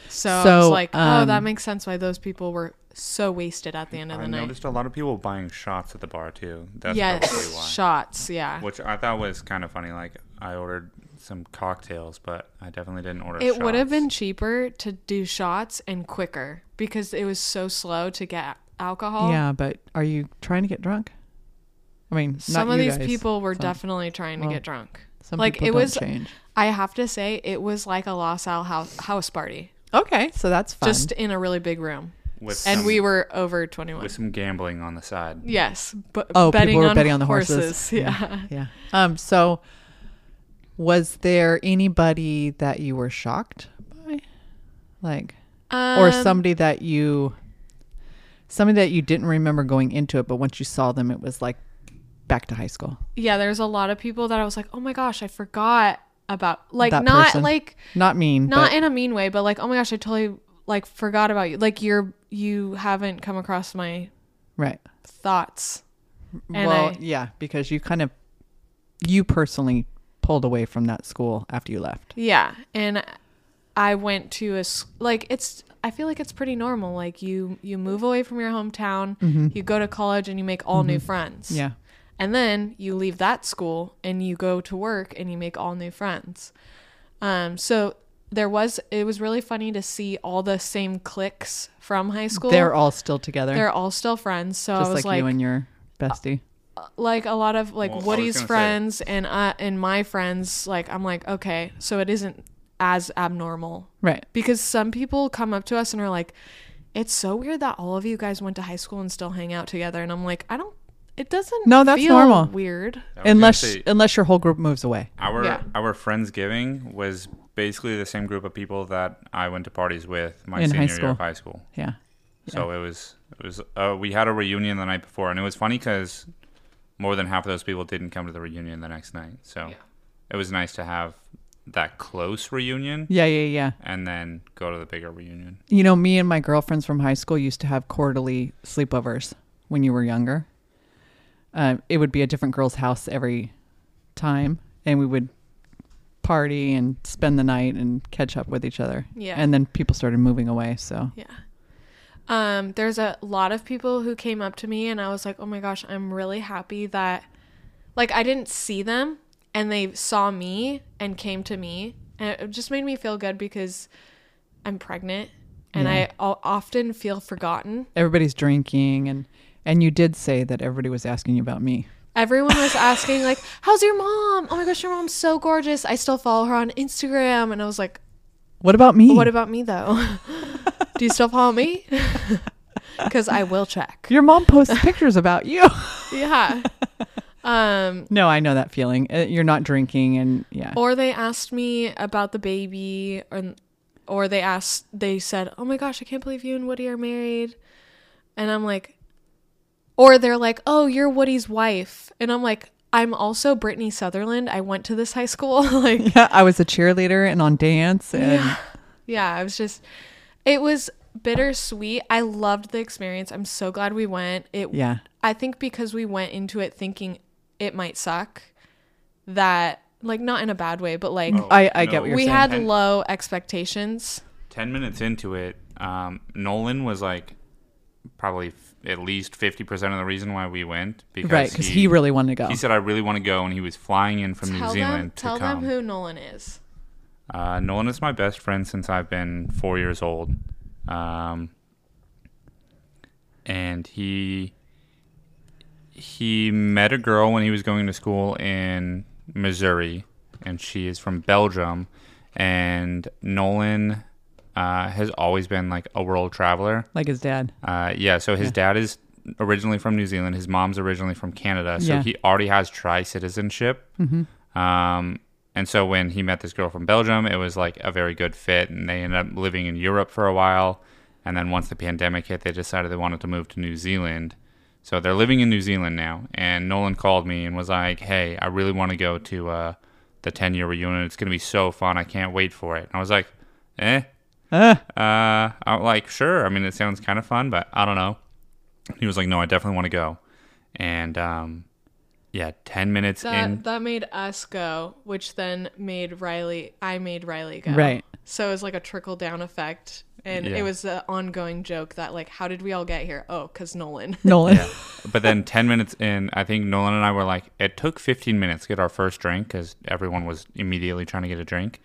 A: So, it's
B: So,
A: like, oh, that
B: um,
A: makes sense why those people were so wasted at the end of the
C: I
A: night.
C: noticed a lot of people buying shots at the bar too. That's probably why.
A: Yes, shots. Yeah,
C: which I thought was kind of funny. Like I ordered some cocktails, but I definitely didn't order.
A: it would have
C: shots.
A: been cheaper to do shots and quicker because it was so slow to get alcohol.
B: Yeah, but are you trying to get drunk? I mean,
A: some
B: not
A: of
B: you
A: these
B: guys.
A: people were definitely trying to get drunk.
B: Some
A: like
B: people
A: it
B: don't
A: was.
B: change.
A: I have to say, it was like a Los Al house house party,
B: Okay, so that's fun.
A: just in a really big room,
C: with
A: and
C: some,
A: we were over twenty one.
C: with some gambling on the side.
A: Yes, but
B: Oh,
A: betting
B: people were
A: on
B: betting on the
A: horses.
B: horses.
A: Yeah.
B: yeah. Um. So, was there anybody that you were shocked by, like, or
A: Um,
B: somebody that you, somebody that you didn't remember going into it, but once you saw them, it was like back to high school.
A: yeah, there's a lot of people that I was like, oh my gosh, I forgot about like
B: That
A: not
B: person.
A: like
B: Not mean.
A: not
B: but,
A: in a mean way, but like oh my gosh, I totally like forgot about you. Like you're you haven't come across my
B: right.
A: thoughts. And
B: well,
A: I-
B: yeah, because you kind of, you personally pulled away from that school after you left.
A: Yeah, and I went to a s- like it's I feel like it's pretty normal. Like you you move away from your hometown, you go to college, and you make all new friends.
B: Mm-hmm. Yeah.
A: And then you leave that school and you go to work and you make all new friends. Um, so there was, it was really funny to see all the same cliques from high school.
B: They're all still together,
A: They're all still friends. So I
B: just
A: was
B: like,
A: like,
B: you
A: like,
B: and your bestie.
A: a lot of like
C: Well, I was
A: Woody's
C: gonna say-
A: friends and uh, and my friends. Like I'm like, okay, so it isn't as abnormal
B: Right.
A: because some people come up to us and are like, "It's so weird that all of you guys went to high school and still hang out together." And I'm like, I don't. It doesn't.
B: No, that's
A: feel
B: normal.
A: Weird.
C: I was gonna
B: Unless
C: say,
B: unless your whole group moves away.
C: our
A: Yeah.
C: our friendsgiving was basically the same group of people that I went to parties with my
B: In high
C: senior year
B: school.
C: of high school.
B: Yeah.
C: So it was it was uh, we had a reunion the night before, and it was funny because more than half of those people didn't come to the reunion the next night. So
A: Yeah.
C: it was nice to have that close reunion
B: Yeah, yeah, yeah.
C: and then go to the bigger reunion.
B: You know, me and my girlfriends from high school used to have quarterly sleepovers when you were younger. Um, it would be a different girl's house every time, and we would party and spend the night and catch up with each other.
A: Yeah.
B: And then people started moving away, so
A: Yeah. Um, there's a lot of people who came up to me and I was like, "Oh my gosh, I'm really happy that like I didn't see them and they saw me and came to me." And it just made me feel good because I'm pregnant and I o- often feel forgotten.
B: everybody's drinking and and you did say that everybody was asking you about me.
A: Everyone was asking like, "How's your mom? Oh my gosh, your mom's so gorgeous. I still follow her on Instagram." And I was like,
B: What about me?
A: "What about me though? Do you still follow me?" Cuz I will check.
B: your mom posts pictures about you?
A: Yeah. Um
B: no, I know that feeling. Uh, You're not drinking and yeah.
A: or they asked me about the baby or or they asked they said oh my gosh i can't believe you and woody are married and i'm like or they're like oh you're woody's wife and i'm like i'm also brittany sutherland i went to this high school like
B: yeah, I was a cheerleader and on dance and
A: yeah i was just it was bittersweet i loved the experience i'm so glad we went it
B: yeah.
A: I think because we went into it thinking it might suck, that like not in a bad way, but
C: Oh.
A: like
B: I- I get what you're
A: we
B: saying.
A: had
C: And-
A: low expectations.
C: 10 minutes into it, um, Nolan was like probably f- at least 50% of the reason why we went because
B: Right, because he, really wanted to go.
C: he said I really want to go and he was flying in from New
A: Tell
C: Zealand
A: them,
C: to
A: tell
C: come.
A: them who Nolan is.
C: Uh, Nolan is my best friend since I've been four years old. Um, and he he met a girl when he was going to school in Missouri, and she is from Belgium. And Nolan uh, has always been like a world traveler.
B: like his dad.
C: Uh, yeah, so his dad is originally from New Zealand. His mom's originally from Canada, so
B: Yeah.
C: he already has tri citizenship. Um, and so when he met this girl from Belgium, it was like a very good fit, and they ended up living in Europe for a while. And then once the pandemic hit, they decided they wanted to move to New Zealand. So they're living in New Zealand now. And Nolan called me and was like, "Hey, I really want to go to uh, the ten year reunion. It's gonna be so fun. I can't wait for it." And I was like, "Eh,
B: Uh,
C: uh, I'm like, sure. I mean, it sounds kind of fun, but I don't know. He was like, no, I definitely want to go. And um, yeah, 10 minutes
A: That
C: in.
A: that made us go, which then made Riley. I made Riley go.
B: Right.
A: So it was like a trickle down effect, and
C: Yeah.
A: it was an ongoing joke that like, how did we all get here? Oh, cause Nolan.
B: Nolan.
C: yeah. But then 10 minutes in, I think Nolan and I were like, it took 15 minutes to get our first drink because everyone was immediately trying to get a drink.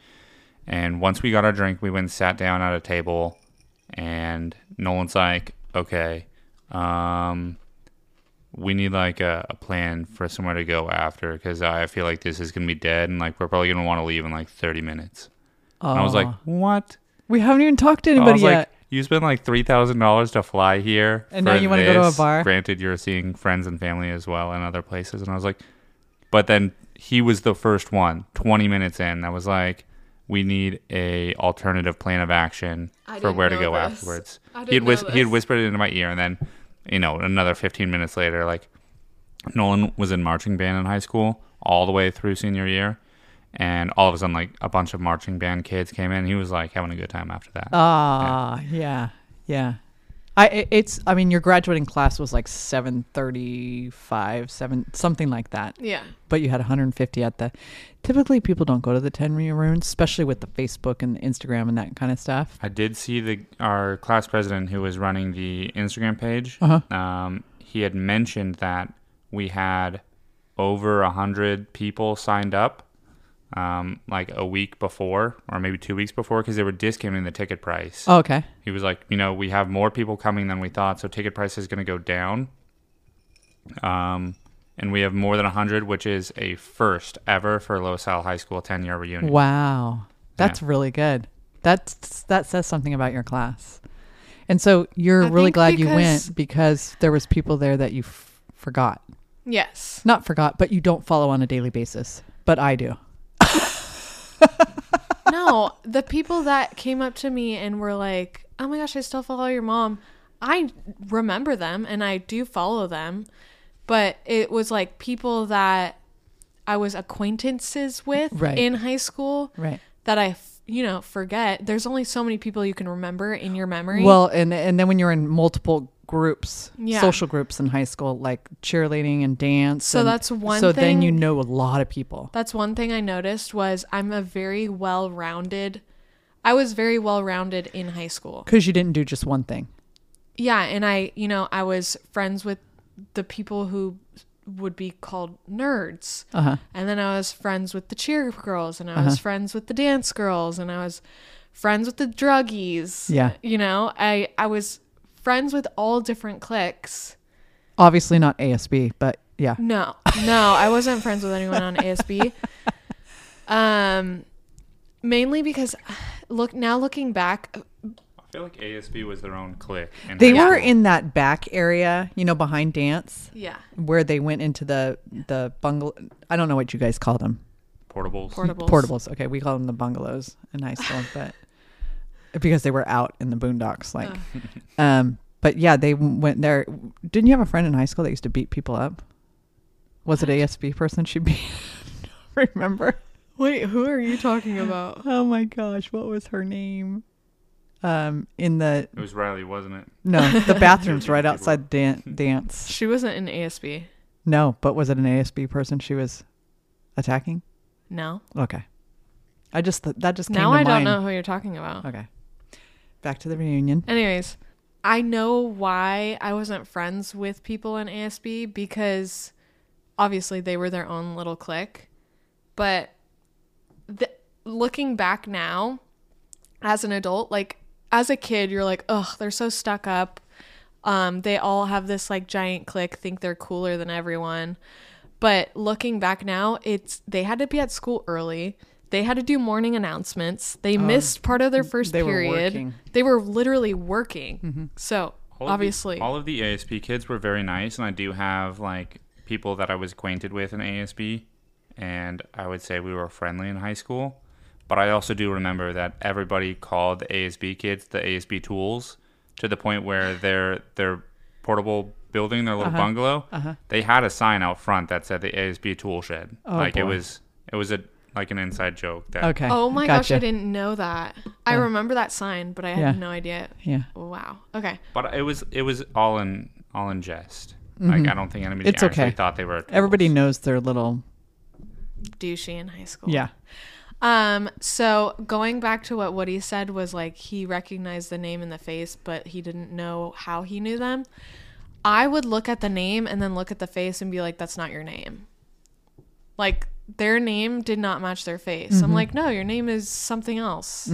C: And once we got our drink, we went and sat down at a table. And Nolan's like, okay, um, we need like a, a plan for somewhere to go after because I feel like this is going to be dead and like we're probably going to want to leave in like 30 minutes. And I was like,
B: Aw.
C: what?
B: we haven't even talked to
C: I was
B: anybody
C: like,
B: yet.
C: you spent like three thousand dollars to fly here,
B: And now
C: for
B: you wanna go to a
C: this.
B: bar?
C: Granted, you're seeing friends and family as well in other places, and I was like, but then he was the first one. Twenty minutes in, I was like, we need a alternative plan of action
A: I
C: for
A: didn't
C: where to
A: know
C: go
A: this.
C: afterwards.
A: I
C: he had
A: didn't know
C: he had
A: this.
C: whispered it into my ear, and then you know another fifteen minutes later, like Nolan was in marching band in high school all the way through senior year. And all of a sudden, like a bunch of marching band kids came in. He was like having a good time after that.
B: Ah, yeah, yeah. I i- it's. I mean, your graduating class was like seven thirty-five, seven something like that.
A: yeah.
B: But you had 150 at the. Typically, people don't go to the 10 reunions, especially with the Facebook and the Instagram and that kind of stuff.
C: I did see the our class president who was running the Instagram page.
B: Uh-huh.
C: Um, he had mentioned that we had over a hundred people signed up, um, like a week before or maybe two weeks before, because they were discounting the ticket price.
B: Oh, okay.
C: He was like, you know, we have more people coming than we thought, so ticket price is going to go down. Um, and we have more than hundred, which is a first ever for Los Al High School ten year reunion.
B: Wow, that's really good. That's that says something about your class. And so you're
A: I
B: really
A: think
B: glad you
A: because-
B: went because there was people there that you f- forgot.
A: Yes.
B: Not forgot, but you don't follow on a daily basis. But I do.
A: no, the people that came up to me and were like, "Oh my gosh, I still follow your mom." I remember them and I do follow them, but it was like people that I was acquaintances with
B: Right.
A: in high school
B: Right.
A: that I, f- you know, forget. There's only so many people you can remember in your memory.
B: Well, and and then when you're in multiple groups,
A: Yeah.
B: social groups in high school, like cheerleading and dance.
A: So
B: and-
A: that's one
B: So then you
A: thing-
B: know a lot of people.
A: That's one thing I noticed was I'm a very well-rounded. I was very well-rounded in high school.
B: Because you didn't do just one thing.
A: Yeah, and I, you know, I was friends with the people who would be called nerds.
B: Uh huh.
A: And then I was friends with the cheer girls and I was friends with the dance girls and I was friends with the druggies.
B: Yeah.
A: You know, I I was friends with all different cliques.
B: Obviously not ASB, but yeah.
A: No, no, I wasn't friends with anyone on ASB. Um, mainly because, look, now looking back,
C: I feel like ASB was their own clique. in
B: They
C: high
B: were
C: school.
B: in that back area, you know, behind dance,
A: yeah,
B: where they went into the the bungalow. I don't know what you guys call them.
C: portables.
A: portables.
B: Portables. Okay, we call them the bungalows in high school, but because they were out in the boondocks, like. Um, but yeah, they went there. Didn't you have a friend in high school that used to beat people up? Was it ASB person she beat? Remember?
A: Wait, who are you talking about?
B: Oh my gosh, what was her name? Um, in the
C: It was Riley, wasn't it?
B: no, the bathrooms
C: Beating
B: right
C: people
B: outside dan- dance.
A: She wasn't in ASB.
B: No, but was it an ASB person she was attacking?
A: No.
B: Okay, I just that just came
A: Now
B: to
A: I don't
B: mind.
A: know who you're talking about.
B: Okay, back to the reunion.
A: Anyways, I know why I wasn't friends with people in ASB because obviously they were their own little clique. But the, looking back now, as an adult, like as a kid, you're like, ugh, they're so stuck up. Um, they all have this like giant clique, think they're cooler than everyone. But looking back now, it's they had to be at school early. They had to do morning announcements. They missed part of their first
B: Um, they were
A: period.
B: working.
A: They were literally working.
B: Mm-hmm.
A: So obviously,
C: Of the, all of the ASB kids were very nice, and I do have like people that I was acquainted with in ASB, and I would say we were friendly in high school. But I also do remember that everybody called the ASB kids the ASB tools to the point where their their portable building, their
B: Uh-huh.
C: little bungalow, they had a sign out front that said the ASB tool shed. like it
B: Oh, boy.
C: was it was a like an inside joke that
B: Okay.
A: oh my gosh, I
B: gotcha.
A: didn't know that. I remember that sign, but I had
B: Yeah.
A: no idea.
B: Yeah.
A: Wow. Okay.
C: But it was it was all in all in jest. Like I don't think anybody
B: It's
C: actually
B: okay.
C: thought they were tools.
B: Everybody knows their little
A: Douchey in high school.
B: yeah.
A: Um, so going back to what Woody said was like he recognized the name in the face, but he didn't know how he knew them. I would look at the name and then look at the face and be like, that's not your name. Like their name did not match their face. I'm like, no, your name is something else.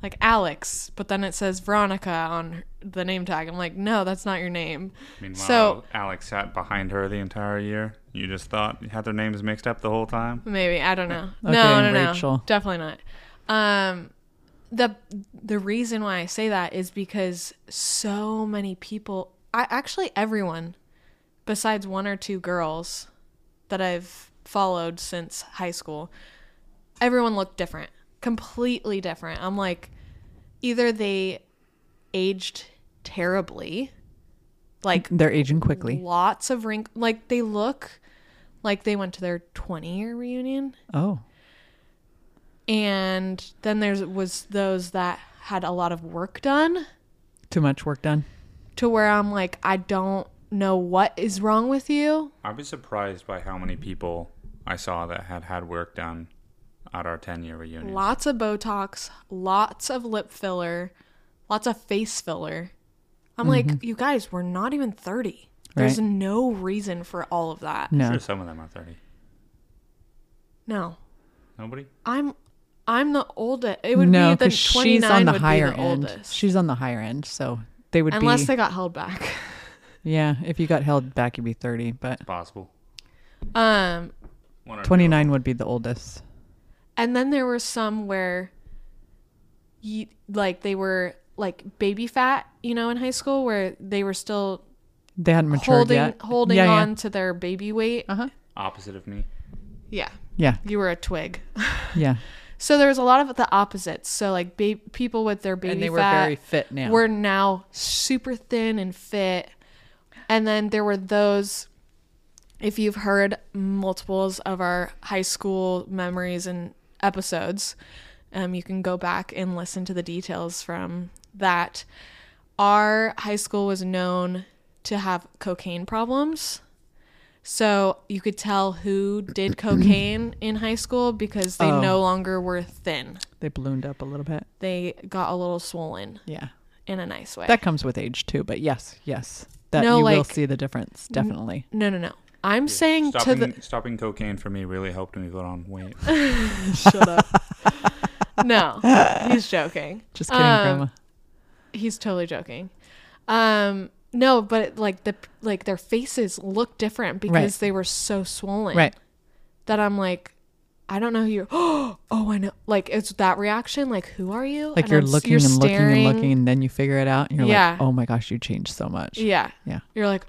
A: Like Alex, but then it says Veronica on her- the name tag. I'm like, no, that's not your name.
C: Meanwhile,
A: So-
C: Alex sat behind her the entire year. You just thought you had their names mixed up the whole time.
A: Maybe I don't know.
B: Okay,
A: no, no, no,
B: Rachel.
A: definitely not. Um, the the reason why I say that is because so many people, I actually everyone, besides one or two girls, that I've followed since high school, everyone looked different, completely different. I'm like, either they aged terribly, like
B: They're aging quickly.
A: lots of wrinkles, like they look like they went to their 20 year reunion
B: Oh.
A: and then there was those that had a lot of work done
B: Too much work done.
A: to where i'm like i don't know what is wrong with you
C: I was surprised by how many people I saw that had had work done at our 10 year reunion.
A: lots of botox lots of lip filler lots of face filler i'm like you guys we're not even 30 there's
B: Mm-hmm. Right.
A: no reason for all of that
B: No.
C: I'm sure some of them are 30.
A: no
C: Nobody?
A: i'm i'm the oldest it would
B: no,
A: be the 29
B: because she's on the
A: would
B: higher
A: be the
B: end.
A: oldest
B: She's on the higher end, so they would
A: unless
B: be.
A: they got held back
B: yeah, if you got held back, you'd be thirty, but
C: Possible.
A: um
C: One or two.
B: twenty nine would be the oldest.
A: And then there were some where you like they were like baby fat, you know, in high school where they were still
B: They hadn't matured
A: holding
B: yet.
A: holding
B: yeah,
A: on to their baby weight.
B: Yeah. Uh huh.
C: Opposite of me.
A: Yeah.
B: Yeah,
A: You were a twig.
B: yeah.
A: So there was a lot of the opposites. So like ba- people with their baby
B: and they were
A: fat
B: very fit now.
A: were now super thin and fit. And then there were those if you've heard multiples of our high school memories and episodes, um, you can go back and listen to the details from that. Our high school was known to have cocaine problems. So you could tell who did cocaine in high school because they
B: Oh.
A: no longer were thin.
B: They ballooned up a little bit.
A: They got a little swollen
B: Yeah.
A: in a nice way.
B: That comes with age too, but yes, yes. That
A: No,
B: you will
A: like-
B: see the difference, definitely.
A: no, no, no. I'm saying to
C: Stopping,
A: the
C: stopping cocaine for me really helped me put on weight.
A: Shut up. no, he's joking.
B: Just kidding,
A: Um,
B: Grandma.
A: He's totally joking. Um, no, but like the like their faces look different because
B: Right.
A: they were so swollen.
B: Right.
A: That I'm like, I don't know who you. Oh, oh, I know. Like it's that reaction. Like who are you?
B: Like
A: And
B: you're
A: I'm s-
B: looking and looking and
A: staring.
B: looking, and then you figure it out, and you're
A: Yeah.
B: like, "Oh my gosh, you changed so much."
A: Yeah.
B: Yeah.
A: You're like,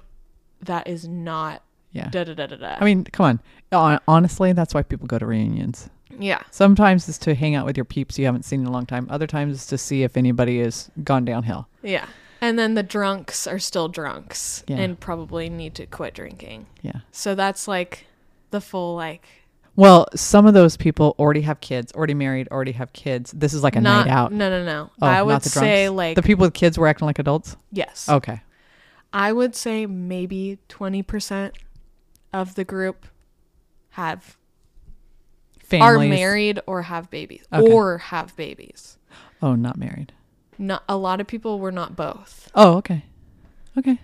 A: that is not.
B: Yeah.
A: Da da da da da.
B: I mean, come on. Hon- Honestly, that's why people go to reunions.
A: yeah.
B: Sometimes it's to hang out with your peeps you haven't seen in a long time. Other times it's to see if anybody has gone downhill.
A: Yeah. And then the drunks are still drunks
B: Yeah.
A: and probably need to quit drinking.
B: Yeah.
A: So that's like the full like
B: Well, some of those people already have kids, already married, already have kids. This is like a
A: not
B: night out.
A: no no no.
B: Oh,
A: I
B: not
A: would
B: the drunks?
A: say like
B: the Oh, people with kids were acting like adults.
A: yes.
B: Okay.
A: I would say maybe 20% of the group have
B: Families.
A: are married or have babies
B: Okay.
A: or have babies.
B: Oh, not married.
A: Not a lot of people were not both.
B: Oh, okay. Okay.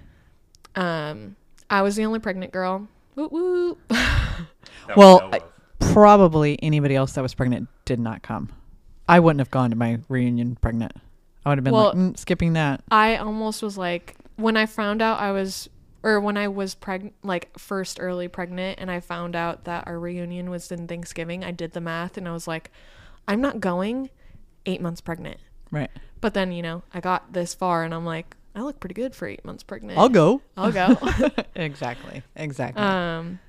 A: Um I was the only pregnant girl. Woo woo.
C: That
B: Well,
C: was- that
B: I-
C: was-
B: Probably anybody else that was pregnant did not come. I wouldn't have gone to my reunion pregnant. I would have been
A: Well-
B: like, mm, skipping that.
A: I almost was like when I found out I was or when I was pregnant like first early pregnant and I found out that our reunion was in Thanksgiving, I did the math and I was like I'm not going 8 months pregnant.
B: Right.
A: But then, you know, I got this far and I'm like I look pretty good for 8 months pregnant.
B: I'll go.
A: I'll go.
B: exactly. Exactly.
A: um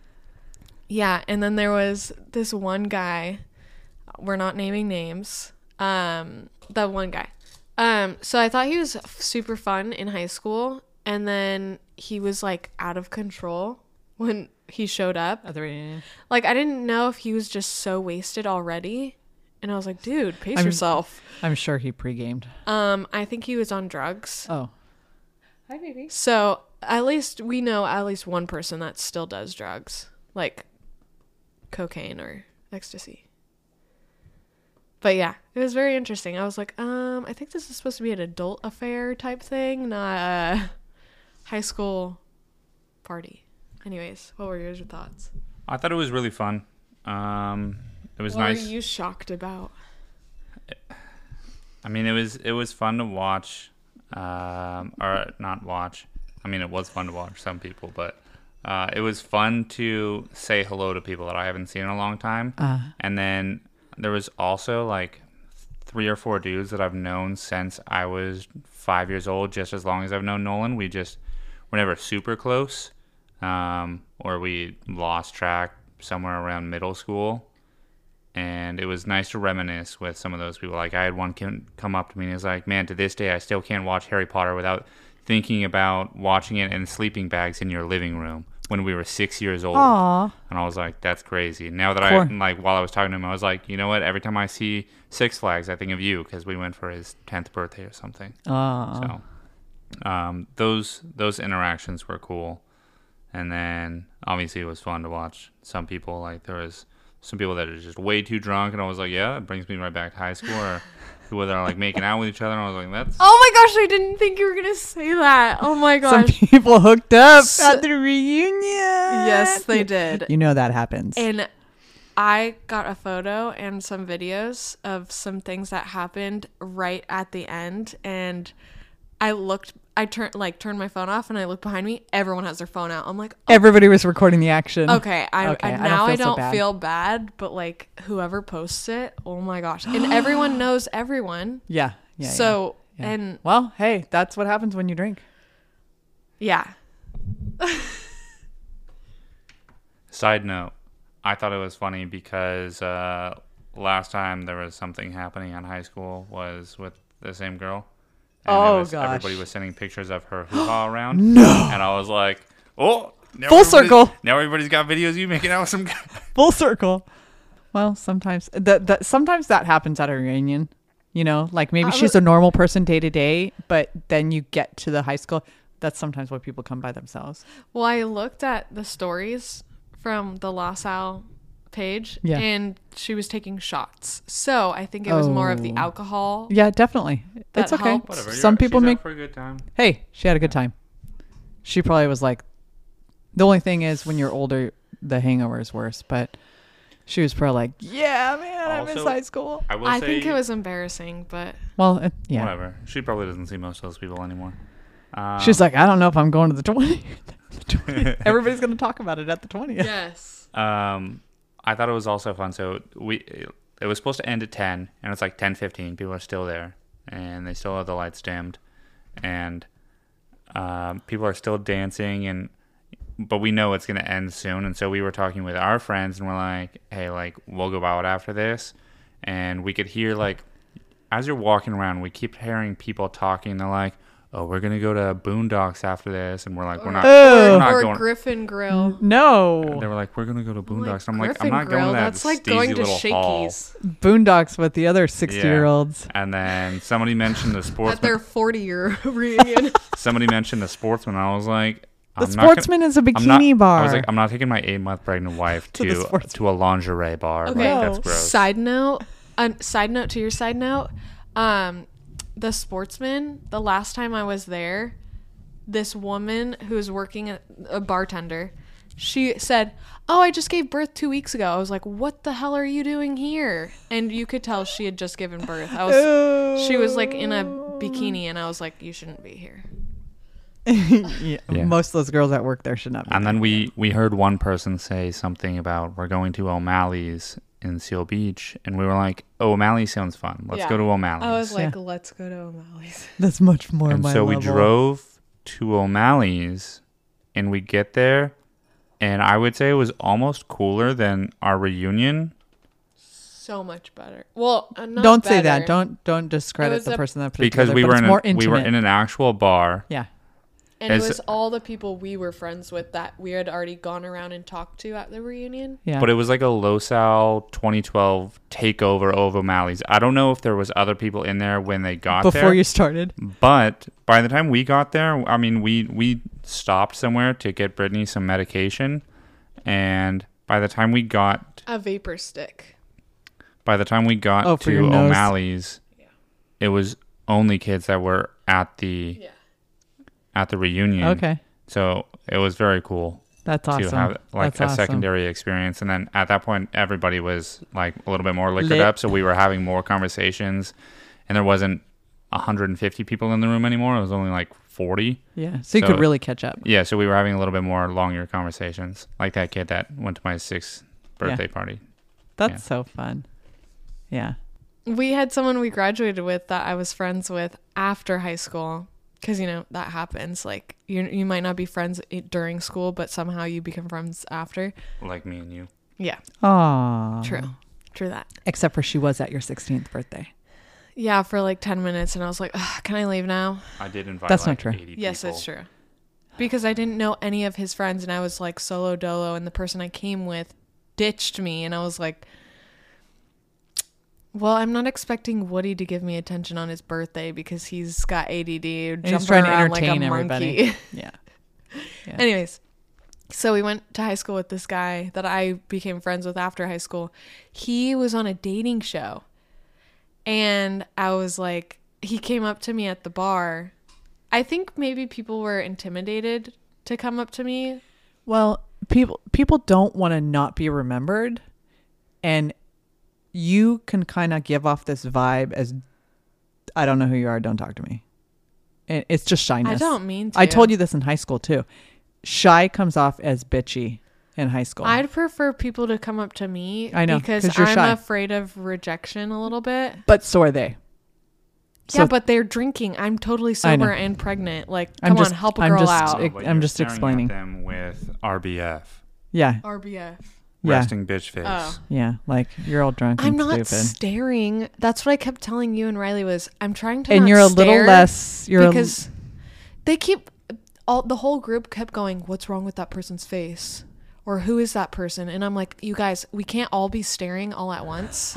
A: yeah, and then there was this one guy we're not naming names. Um, the one guy. Um, so I thought he was f- super fun in high school, and then he was like out of control when he showed up.
B: At the reunion.
A: Like I didn't know if he was just so wasted already, and I was like, dude, pace
B: I'm-
A: yourself.
B: I'm sure he pre-gamed.
A: Um, I think he was on drugs.
B: Oh,
A: So at least we know at least one person that still does drugs, like cocaine or ecstasy. But yeah, it was very interesting. I was like, um, I think this is supposed to be an adult affair type thing, not a high school party. Anyways, what were your thoughts?
C: I thought it was really fun. Um, it was
A: what
C: nice.
A: were you shocked about?
C: I mean, it was it was fun to watch, um, or not watch. I mean, it was fun to watch some people, but uh, it was fun to say hello to people that I haven't seen in a long time.
B: Uh.
C: And then there was also like three or four dudes that I've known since I was five years old, just as long as I've known Nolan. We just were never super close, um, or we lost track somewhere around middle school and it was nice to reminisce with some of those people. Like I had one can come up to me and he was like, "Man, to this day, I still can't watch Harry Potter without thinking about watching it in sleeping bags in your living room when we were six years old."
B: Aw.
C: And I was like, "That's crazy." Now that
B: Poor-
C: I like, while I was talking to him, I was like, "You know what? Every time I see Six Flags, I think of you because we went for his tenth birthday or something."
B: Oh. Aw.
C: So um, those those interactions were cool, and then obviously it was fun to watch some people. Like there was some people that are just way too drunk, and I was like, yeah, it brings me right back to high school. Or people that are like making out with each other, and I was like, that's
A: Oh my gosh, I didn't think you were gonna say that. Oh my
B: Some
A: gosh.
B: people hooked up
A: S-
B: at the reunion.
A: yes, they did.
B: You know that happens.
A: And I got a photo and some videos of some things that happened right at the end and I looked I turned like turned my phone off and I looked behind me. Everyone has their phone out. I'm like,
B: Everybody was recording the action.
A: okay, I,
B: Okay,
A: I-
B: I don't
A: now I
B: feel so
A: don't,
B: bad.
A: feel bad, but like whoever posts it, oh my gosh. And everyone knows everyone.
B: Yeah. Yeah. yeah.
A: so
B: yeah.
A: and
B: well, hey, that's what happens when you drink.
A: yeah.
C: Side note, I thought it was funny because uh, last time there was something happening on high school was with the same girl. And it
B: Oh,
C: was-
B: gosh.
C: Everybody was sending pictures of her hoo ha around. no. And I was like, oh, Now
B: Full
C: everybody's-
B: circle.
C: Now everybody's got videos of you making out with some guy.
B: Full circle. Well, sometimes that that sometimes that happens at a reunion. You know, like
A: I
B: maybe she's
A: would-
B: a normal person day to day, but then you get to the high school. That's sometimes why people come by themselves.
A: Well, I looked at the stories from the La Salle page
B: Yeah.
A: and she was taking shots. So I think it was more of the
B: Oh.
A: alcohol.
B: Yeah, definitely.
A: That
B: it's okay.
A: helped.
C: Whatever.
B: Some
C: you're-
B: people
C: she's out
B: make.
C: for a good time.
B: Hey, she had a good time. She probably was like. The only thing is, when you're older, the hangover is worse. But she was probably like, "Yeah, man, I miss
C: Also-
B: high school."
C: I will
A: I
C: say,
A: think it was embarrassing, but
B: Well, it, yeah.
C: whatever. She probably doesn't see most of those people anymore. Um,
B: She's like, I don't know if I'm going to the 20th. The 20th. Everybody's going to talk about it at the 20th.
A: yes.
C: Um, I thought it was also fun. So we it was supposed to end at ten, and it's like ten fifteen. People are still there, and they still have the lights dimmed, and um, people are still dancing, and but we know it's gonna end soon. And so we were talking with our friends, and we're like, hey, like we'll go out after this, and we could hear like as you're walking around, we keep hearing people talking. They're like. Oh, we're gonna go to Boondocks after this, and we're like, we're not,
B: Oh.
C: we're
A: Or,
C: not
A: or
C: going.
A: Griffin Grill.
B: No.
C: They were like, "We're gonna go to
A: Like,
C: Boondocks." I'm like,
A: Griffin
C: "I'm not
A: Grill,
C: going to that
A: That's like
C: steezy
A: going to
C: little
A: Shakey's
C: hall."
B: Boondocks with the other 60 year olds.
C: And then somebody mentioned the
A: at their
C: sportsman.
A: 40 year reunion.
C: somebody mentioned the sportsman. and I was like,
B: The
C: I'm not gonna-
B: sportsman is a
C: I'm not-
B: bikini bar.
C: I was like, "I'm not taking my eight month pregnant wife
B: To
C: to
B: the
C: to,
B: sports-
C: a lingerie bar.
A: Okay.
C: Like, that's
B: No.
C: gross."
A: Side note, um, side note to your side note, um, the sportsman. The last time I was there, this woman who was working at a bartender, she said, "Oh, I just gave birth two weeks ago." I was like, "What the hell are you doing here?" And you could tell she had just given birth. I was, she was like in a bikini, and I was like, "You shouldn't be here."
B: yeah,
C: Yeah.
B: Most of those girls that work there should not be.
C: and then we we heard one person say something about we're going to O'Malley's in Seal Beach, and we were like, "Oh, O'Malley sounds fun. Let's
A: Yeah.
C: go to O'Malley's."
A: I was like,
B: like,
A: "Let's go to O'Malley's."
B: That's much more
C: and
B: my
C: so we
B: level.
C: drove to O'Malley's, and we get there, and I would say it was almost cooler than our reunion.
A: So much better. Well, uh, not
B: Don't say that.
A: better.
B: Don't don't
A: It
B: discredit
A: was
B: the
A: a-
B: person that put it
C: because
B: together,
C: we
B: but
C: were
B: it's
C: in a,
B: more
C: we were
B: intimate.
C: in an actual bar.
B: yeah.
A: And it
C: As-
A: was all the people we were friends with that we had already gone around and talked to at the reunion.
B: Yeah.
C: But it was like a Low Sal 2012 takeover of O'Malley's. I don't know if there was other people in there when they got
B: Before
C: there,
B: you started.
C: but by the time we got there, I mean we we stopped somewhere to get Brittany some medication, and by the time we got
A: A vapor stick.
C: by the time we got
B: Oh, for
C: to
B: your nose.
C: O'Malley's, it was only kids that were at the
A: Yeah.
C: at the reunion.
B: Okay.
C: so it was very cool.
B: That's awesome.
C: to have like
B: That's
C: a
B: awesome.
C: secondary experience. And then at that point, everybody was like a little bit more liquored
B: Lit.
C: up, so we were having more conversations, and there wasn't 150 people in the room anymore. It was only like 40.
B: Yeah. So you
C: So-
B: could really catch up.
C: Yeah, so we were having a little bit more longer conversations, like that kid that went to my sixth birthday party.
B: That's
C: Yeah.
B: so fun. Yeah.
A: We had someone we graduated with that I was friends with after high school. Cause you know that happens. Like you, you might not be friends i- during school, but somehow you become friends after.
C: Like me and you.
A: Yeah,
B: Aww.
A: true, true that.
B: Except for she was at your 16th birthday.
A: Yeah, for like ten minutes, and I was like, "Ugh, "Can I leave now?"
C: I did invite.
B: That's
C: like,
B: not true.
C: 80
A: Yes,
C: people.
A: it's true. Because I didn't know any of his friends and I was like solo dolo and the person I came with ditched me and I was like well, I'm not expecting Woody to give me attention on his birthday because he's got ADD, jumping
B: he's trying to
A: around like
B: entertain
A: a
B: everybody.
A: monkey.
B: Yeah. Yeah.
A: Anyways, so we went to high school with this guy that I became friends with after high school. He was on a dating show. And I was like, he came up to me at the bar. I think maybe people were intimidated to come up to me.
B: Well, people people don't want to not be remembered, and you can kind of give off this vibe as, I don't know who you are. Don't talk to me. And it's just
A: I
B: shyness.
A: don't mean to.
B: I told you this in high school too. Shy comes off as bitchy in high school.
A: I'd prefer people to come up to me
B: I know,
A: because
B: 'cause you're
A: I'm
B: shy.
A: afraid of rejection a little bit.
B: but so are they. So
A: yeah, but they're drinking. I'm totally
B: I know.
A: sober and pregnant. Like,
B: I'm
A: come
B: just-
A: on, help a
B: I'm
A: girl
B: just-
A: out.
B: it-
C: but
B: I'm
C: you're
B: just
C: staring at
B: explaining.
C: them with RBF,
B: yeah,
A: RBF.
B: Yeah.
C: resting bitch face.
A: Oh.
B: yeah. Like you're all drunk
A: I'm
B: and
A: not
B: stupid,
A: staring. That's what I kept telling you and Riley was I'm trying to
B: and
A: not
B: you're a
A: stare
B: little less. You're a l-
A: because they keep all the whole group kept going, "What's wrong with that person's face?" or "Who is that person?" And I'm like, "You guys, we can't all be staring all at once."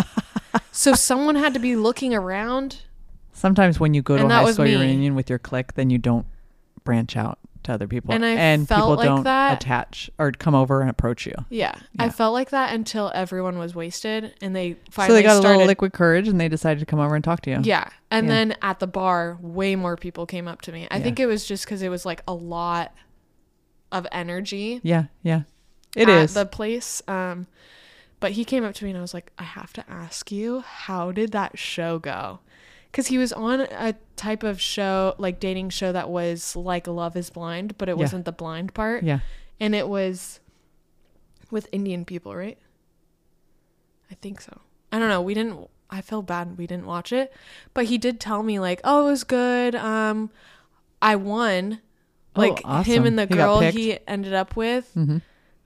A: so someone had to be looking around.
B: Sometimes when you go to a
A: And that
B: high
A: was
B: school
A: me.
B: reunion with your clique, then you don't branch out to other people,
A: And I felt
B: people
A: like
B: don't
A: that.
B: attach or come over and approach you.
A: Yeah, I felt like that until everyone was wasted and they
B: so
A: finally
B: they got a
A: started.
B: little liquid courage, and they decided to come over and talk to you.
A: yeah, and
B: Yeah.
A: then at the bar, way more people came up to me. I think it was just because it was like a lot of energy.
B: yeah, yeah. It
A: at
B: is.
A: the place. Um, but he came up to me and I was like, I have to ask you, how did that show go? Because he was on a type of show, like dating show that was like Love Is Blind, but it
B: Yeah.
A: wasn't the blind part,
B: yeah,
A: and it was with Indian people, right? I think so. I don't know. We didn't. I feel bad we didn't watch it, but he did tell me like, oh, it was good. Um, I won.
B: Oh,
A: Like him
B: awesome.
A: and the
B: He got
A: girl
B: picked. Mm-hmm.
A: he ended up with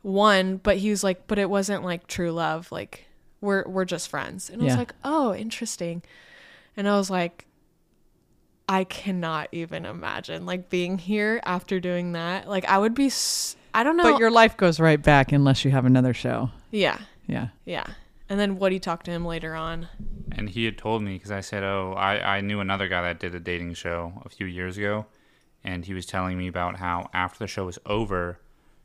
A: won, but he was like, but it wasn't like true love. Like we're we're just friends. And I was
B: Yeah.
A: like, oh, interesting. And I was like, I cannot even imagine like being here after doing that. Like I would be. S- I don't know.
B: but your life goes right back unless you have another show.
A: yeah,
B: Yeah.
A: yeah. And then Woody talked to him later on.
C: And he had told me because I said, "Oh, I, I knew another guy that did a dating show a few years ago, and he was telling me about how after the show was over,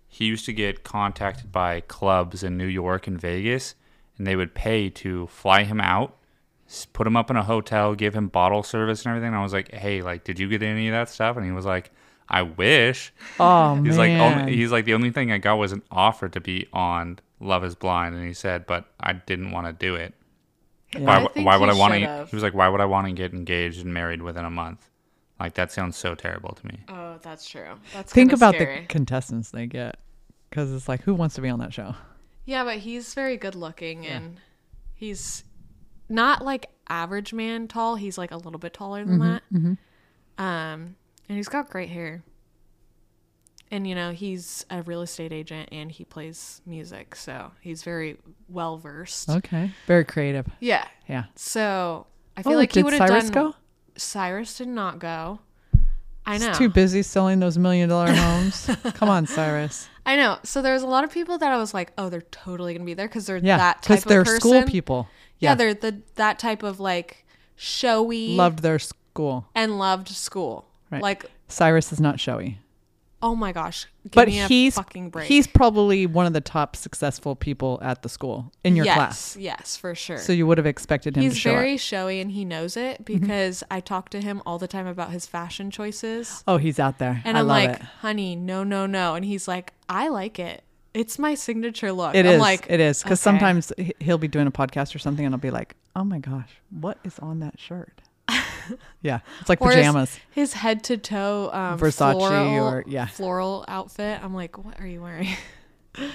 C: he used to get contacted by clubs in New York and Vegas, and they would pay to fly him out, s- put him up in a hotel, give him bottle service and everything." And I was like, "Hey, like, did you get any of that stuff?" And he was like, "I wish."
B: Oh
C: He's like,
B: man.
C: only, he's like, the only thing I got was an offer to be on Love Is Blind, and he said, but I didn't want to do it.
A: I
C: Why,
A: think
C: why would
A: he
C: I want
A: should
C: to?
A: have.
C: He was like, why would I want to get engaged and married within a month? Like that sounds so terrible to me.
A: Oh, that's true. That's
B: Think about
A: scary.
B: the contestants they get, because it's like, who wants to be on that show?
A: yeah, but he's very good looking and he's not like average man tall. He's like a little bit taller than that. Um, and he's got great hair. And you know he's a real estate agent and he plays music, so he's very well versed.
B: Okay. Very creative.
A: Yeah.
B: Yeah.
A: So I
B: Oh,
A: feel like he
B: did
A: would have
B: Cyrus
A: done.
B: go?
A: Cyrus did not go. I know.
B: He's too busy selling those million dollar homes. Come on, Cyrus.
A: I know. So there's a lot of people that I was like, oh, they're totally gonna be there because they're
B: Yeah,
A: that type
B: because
A: of
B: they're
A: person.
B: school people.
A: Yeah. they're the that type of like showy
B: loved their school.
A: and loved school.
B: Right.
A: Like,
B: Cyrus is not showy,
A: oh my gosh, give
B: but
A: me a
B: he's
A: fucking break.
B: he's probably one of the top successful people at the school in your
A: yes,
B: class.
A: yes, for sure.
B: So you would have expected him to
A: he's
B: show
A: very
B: up. Mm-hmm.
A: showy and he knows it because I talk to him all the time about his fashion choices,
B: Oh, he's out there.
A: and
B: I
A: am
B: love
A: like,
B: it.
A: honey, no, no, no, and he's like, I like it. It's my signature look.
B: It
A: I'm
B: is.
A: Like
B: it is because
A: okay.
B: sometimes he- he'll be doing a podcast or something, and I'll be like, "Oh my gosh, what is on that shirt?" yeah, it's like
A: Or his-
B: pajamas.
A: His, head to toe um,
B: Versace
A: floral,
B: or- yeah.
A: floral outfit. I'm like, what are you wearing?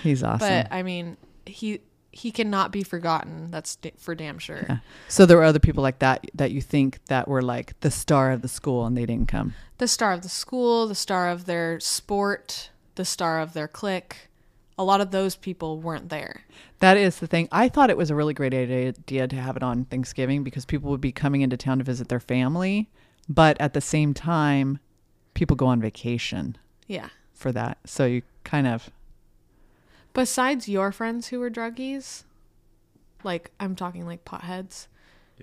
B: He's awesome.
A: But I mean, he he cannot be forgotten. That's d- for damn sure.
B: Yeah. So there were other people like that that you think that were like the star of the school, and they didn't come.
A: The star of the school, the star of their sport, the star of their clique. A lot of those people weren't there.
B: That is the thing. I thought it was a really great idea to have it on Thanksgiving because people would be coming into town to visit their family, but at the same time, people go on vacation
A: Yeah.
B: for that. So you kind of
A: Besides your friends who were druggies, like I'm talking like potheads.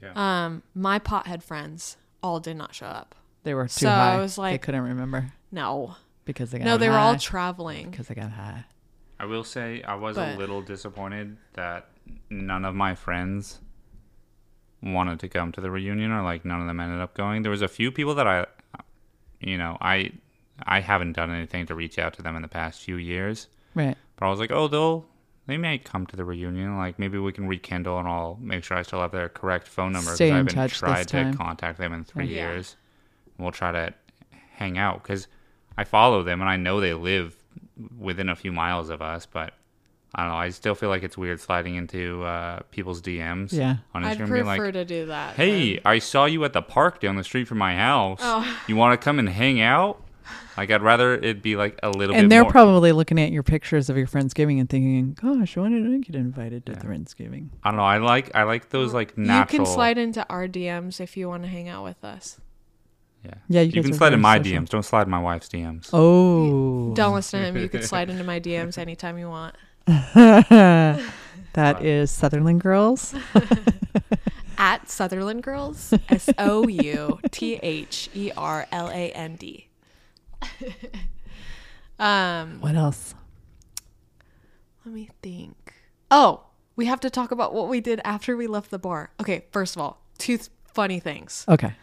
C: Yeah.
A: Um, my pothead friends all did not show up.
B: they were too
A: So I
B: high.
A: was
B: they
A: like-
B: couldn't remember
A: No.
B: because they got
A: No, they were all
B: high,
A: traveling.
B: because they got high.
C: I will say I was
A: But-
C: a little disappointed that none of my friends wanted to come to the reunion or like none of them ended up going. There was a few people that I you know, I I haven't done anything to reach out to them in the past few years.
B: Right.
C: But I was like, oh, they'll they may come to the reunion. Like maybe we can rekindle, and I'll make sure I still have their correct phone number. 'cause
B: Stay
C: I
B: in
C: haven't
B: touch this
C: tried
B: time.
C: to contact them in three
A: Right. Yeah.
C: years. And we'll try to hang out because I follow them and I know they live within a few miles of us. But I don't know. I still feel like it's weird sliding into uh, people's DMs.
B: Yeah.
C: on
A: I'd
C: Instagram, being
A: prefer
C: like,
A: to do that.
C: hey, I saw you at the park down the street from my house.
A: Oh.
C: You want to come and hang out? Like I'd rather it be like a little bit
B: And they're
C: more.
B: probably looking at your pictures of your Friendsgiving and thinking, gosh, why didn't I get invited to
C: Yeah.
B: Friendsgiving?
C: I don't know. I like I like those like
A: You can
C: natural.
A: slide into our DMs if you want to hang out with us.
C: Yeah.
B: Yeah, you
C: You,
B: guys
C: can
B: are
C: slide
B: very
C: in my
B: social.
C: DMs. Don't slide in my wife's DMs.
B: Oh,
A: Don't listen to him. You can slide into my DMs anytime you want.
B: that is Sutherland Girls.
A: At Sutherland Girls, S O U T H E R L A N D. Um,
B: What else?
A: let me think. Oh, we have to talk about what we did after we left the bar. Okay, first of all, two th- funny things.
B: Okay.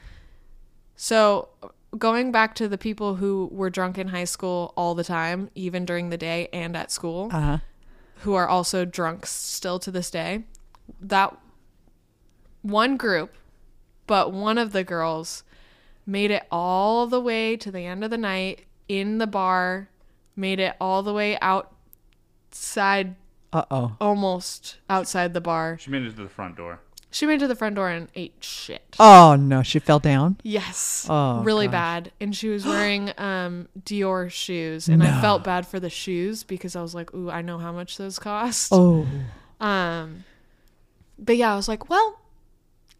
A: So, going back to the people who were drunk in high school all the time, even during the day and at school,
B: Uh huh.
A: who are also drunk still to this day, that one group, but one of the girls made it all the way to the end of the night in the bar, made it all the way outside,
B: Uh oh.
A: almost outside the bar.
C: She made it to the front door.
A: She made it to the front door and ate shit.
B: Oh no, she fell down.
A: Yes.
B: Oh,
A: really
B: gosh.
A: bad. And she was wearing um Dior shoes and I felt bad for the shoes because I was like, "Ooh, I know how much those cost."
B: Oh.
A: Um but yeah, I was like, "Well,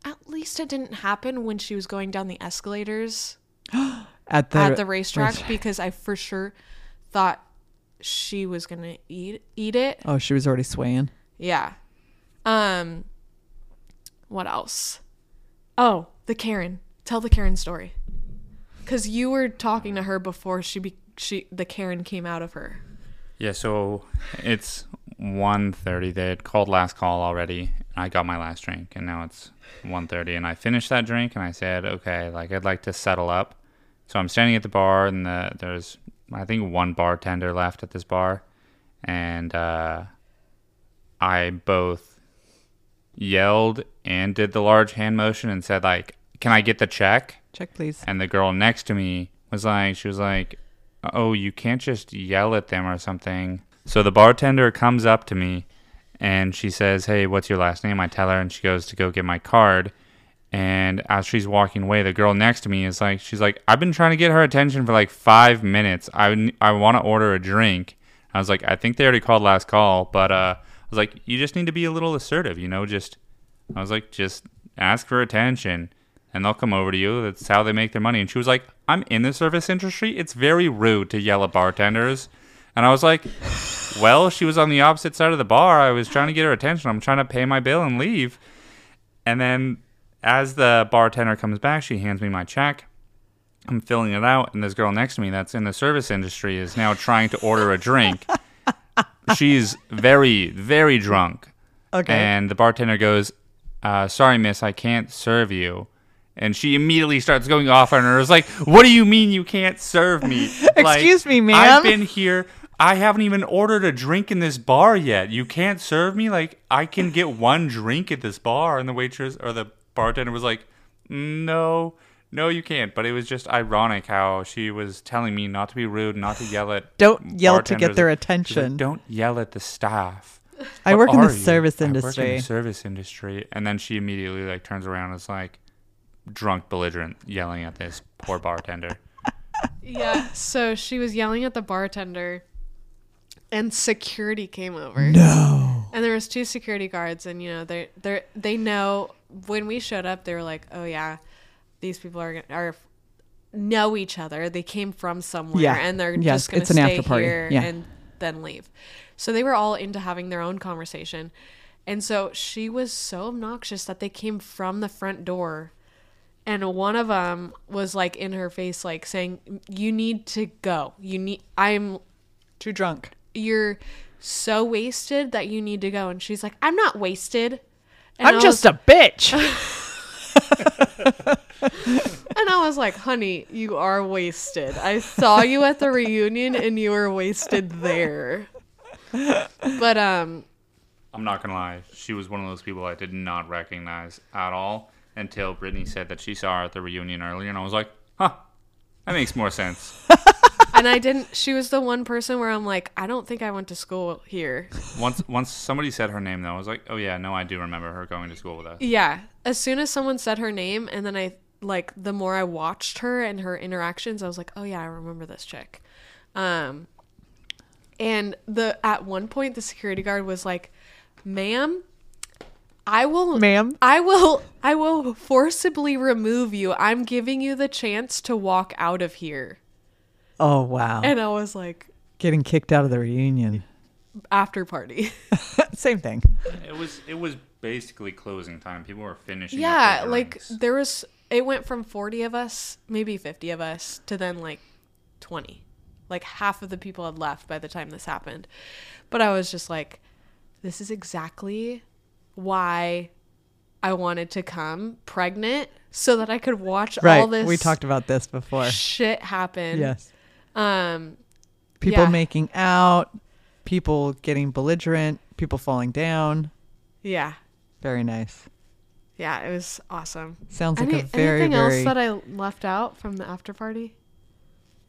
A: at least it didn't happen when she was going down the escalators
B: At the
A: at the racetrack because I for sure thought she was going to eat eat it."
B: Oh, she was already swaying.
A: Yeah. Um what else? Oh, the Karen. Tell the Karen story. Cuz you were talking to her before she be- she the Karen came out of her.
C: Yeah, so it's 1.30. They had called last call already. And I got my last drink, and now it's 1.30. And I finished that drink, and I said, okay, like I'd like to settle up. So I'm standing at the bar, and the, there's I think one bartender left at this bar, and uh, I both yelled and did the large hand motion and said like, "Can I get the check?"
B: Check please.
C: And the girl next to me was like, she was like, oh, you can't just yell at them or something. So the bartender comes up to me and she says, hey, what's your last name? I tell her and she goes to go get my card. And as she's walking away, the girl next to me is like, she's like, I've been trying to get her attention for like five minutes. I, n- I want to order a drink. I was like, I think they already called last call, but uh, I was like, you just need to be a little assertive, you know, just I was like, just ask for attention and they'll come over to you. That's how they make their money. And she was like, I'm in the service industry. It's very rude to yell at bartenders. And I was like, well, she was on the opposite side of the bar. I was trying to get her attention. I'm trying to pay my bill and leave. And then as the bartender comes back, she hands me my check. I'm filling it out. And this girl next to me that's in the service industry is now trying to order a drink. She's very, very drunk.
B: Okay.
C: And the bartender goes, uh, "Sorry, miss, I can't serve you." And she immediately starts going off on her. It's like, "What do you mean you can't serve me? Like,
B: Excuse me, ma'am."
C: I've been here. I haven't even ordered a drink in this bar yet. You can't serve me. Like I can get one drink at this bar." And the waitress or the bartender was like, "No." No, you can't. But it was just ironic how she was telling me not to be rude, not to yell at.
B: Don't yell to get
C: bartenders.
B: their
C: She's like,
B: attention.
C: Don't yell at the staff.
B: I
C: What
B: work in the
C: are you?
B: service
C: I work in
B: industry.
C: the service industry, and then she immediately like turns around and is like drunk, belligerent, yelling at this poor bartender.
A: Yeah, so she was yelling at the bartender and security came over.
B: No.
A: And there was two security guards, and you know they they they know when we showed up, they were like, "Oh yeah, these people are gonna- are know each other. They came from somewhere,
B: Yeah.
A: and they're
B: Yes,
A: just going to
B: it's an
A: stay
B: after party.
A: here
B: Yeah.
A: and then leave." So they were all into having their own conversation, and so she was so obnoxious that they came from the front door. And one of them was like in her face, like saying, "You need to go. You need. I'm
B: Too drunk.
A: you're so wasted that you need to go and she's like i'm not wasted and I
B: I'm
A: was-
B: just a bitch.
A: and i was like honey you are wasted i saw you at the reunion and you were wasted there but um
C: I'm not gonna lie, she was one of those people I did not recognize at all until Brittany said that she saw her at the reunion earlier, and I was like, huh, that makes more sense.
A: and i didn't she was the one person where i'm like i don't think i went to school here
C: Once once somebody said her name though, I was like, oh yeah, no, I do remember her going to school with us.
A: yeah as soon as someone said her name and then i like the more i watched her and her interactions i was like oh yeah i remember this chick um and the at one point the security guard was like ma'am i will
B: Ma'am?
A: i will I will forcibly remove you. I'm giving you the chance to walk out of here.
B: Oh wow.
A: And I was like,
B: Getting kicked out of the reunion.
A: after party.
B: Same thing.
C: It was it was basically closing time. People were finishing. up
A: yeah,
C: their
A: like
C: drinks.
A: there was, it went from 40 of us, maybe 50 of us, to then like 20. Like half of the people had left by the time this happened. But I was just like, this is exactly why I wanted to come pregnant so that I could watch
B: Right.
A: all this
B: We talked about this before.
A: shit happen.
B: Yes.
A: Um,
B: People
A: Yeah.
B: making out, people getting belligerent, people falling down.
A: yeah.
B: Very nice.
A: Yeah, it was awesome.
B: Sounds like
A: Any-
B: a very
A: anything
B: very
A: else that I left out from the after party?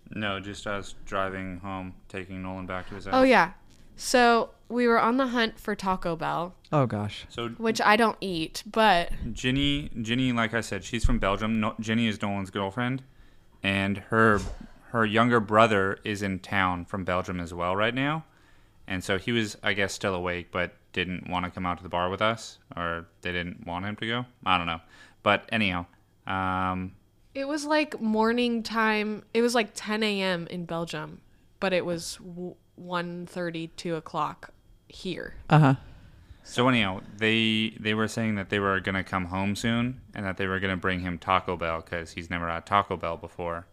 C: no, just us driving home, taking Nolan back to his house.
A: Oh yeah. So we were on the hunt for Taco Bell,
B: Oh gosh.
C: So
A: which I don't eat, but
C: Ginny, Ginny, like I said, she's from Belgium. No, Ginny is Nolan's girlfriend, and her her younger brother is in town from Belgium as well right now, and so he was, I guess, still awake, but didn't want to come out to the bar with us, or they didn't want him to go. I don't know, but anyhow, um,
A: it was like morning time. It was like 10 a.m. in Belgium, but it was w- 1:30, 2 o'clock here.
B: Uh-huh.
C: so anyhow, they they were saying that they were gonna come home soon, and that they were gonna bring him Taco Bell because he's never had Taco Bell before.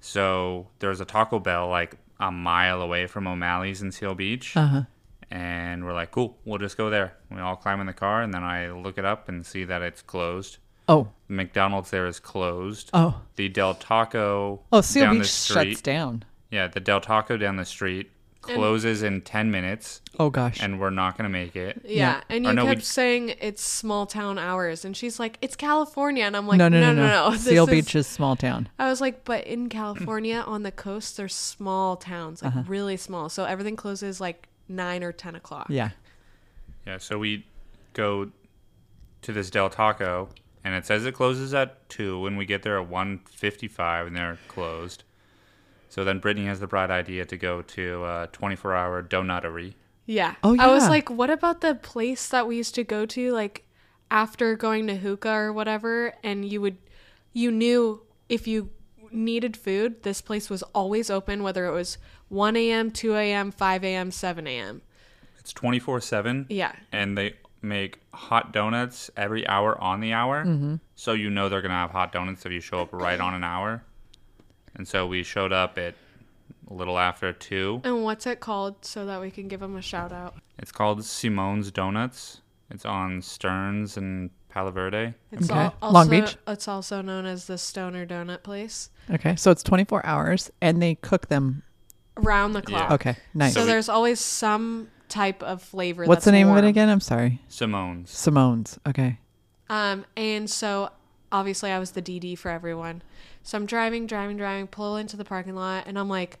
C: So there's a Taco Bell like a mile away from O'Malley's in Seal Beach.
B: Uh-huh.
C: And we're like, cool, we'll just go there. We all climb in the car, and then I look it up and see that it's closed.
B: Oh.
C: McDonald's there is closed.
B: Oh.
C: The Del Taco.
B: Oh, Seal
C: down the
B: Beach
C: street-
B: shuts down.
C: Yeah, the Del Taco down the street closes in 10 minutes,
B: Oh gosh.
C: and we're not going to make it.
A: Yeah,
B: Yeah.
A: and
C: Or
A: you
C: no, we-
A: kept saying it's small town hours, and she's like, "It's California," and I'm like,
B: no, no, no,
A: no, This
B: Seal
A: is-
B: Beach is small town.
A: I was like, but in California on the coast, there's small towns,
B: Uh-huh.
A: like really small. So everything closes like nine or ten o'clock.
B: Yeah.
C: Yeah, so we go to this Del Taco, and it says it closes at 2, and we get there at 1.55, and they're closed. So then Brittany has the bright idea to go to a 24-hour donutery.
A: Yeah.
B: Oh,
A: I was
B: yeah.
A: like, what about the place that we used to go to, like after going to hookah or whatever, and you would, you knew if you needed food, this place was always open, whether it was 1 a.m., 2 a.m., 5 a.m., 7 a.m.
C: It's 24 7.
A: Yeah.
C: And they make hot donuts every hour on the hour. So you know they're going to have hot donuts if you show up right on an hour. And so we showed up at a little after 2.
A: And what's it called so that we can give them a shout out?
C: It's called Simone's Donuts. It's on Stearns and Palo Verde.
A: It's
B: Okay.
A: al-
B: Long
A: also-
B: Beach?
A: It's also known as the Stoner Donut Place.
B: Okay. So it's 24 hours and they cook them.
A: Round the clock.
B: Okay. Nice.
A: So,
C: So we-
A: there's always some type of flavor.
B: What's
A: that's
B: the name of
A: warm.
B: it again? I'm sorry.
C: Simone's.
B: Simone's. Okay.
A: Um, and so obviously I was the DD for everyone. So I'm driving, driving, driving, pull into the parking lot, and I'm like,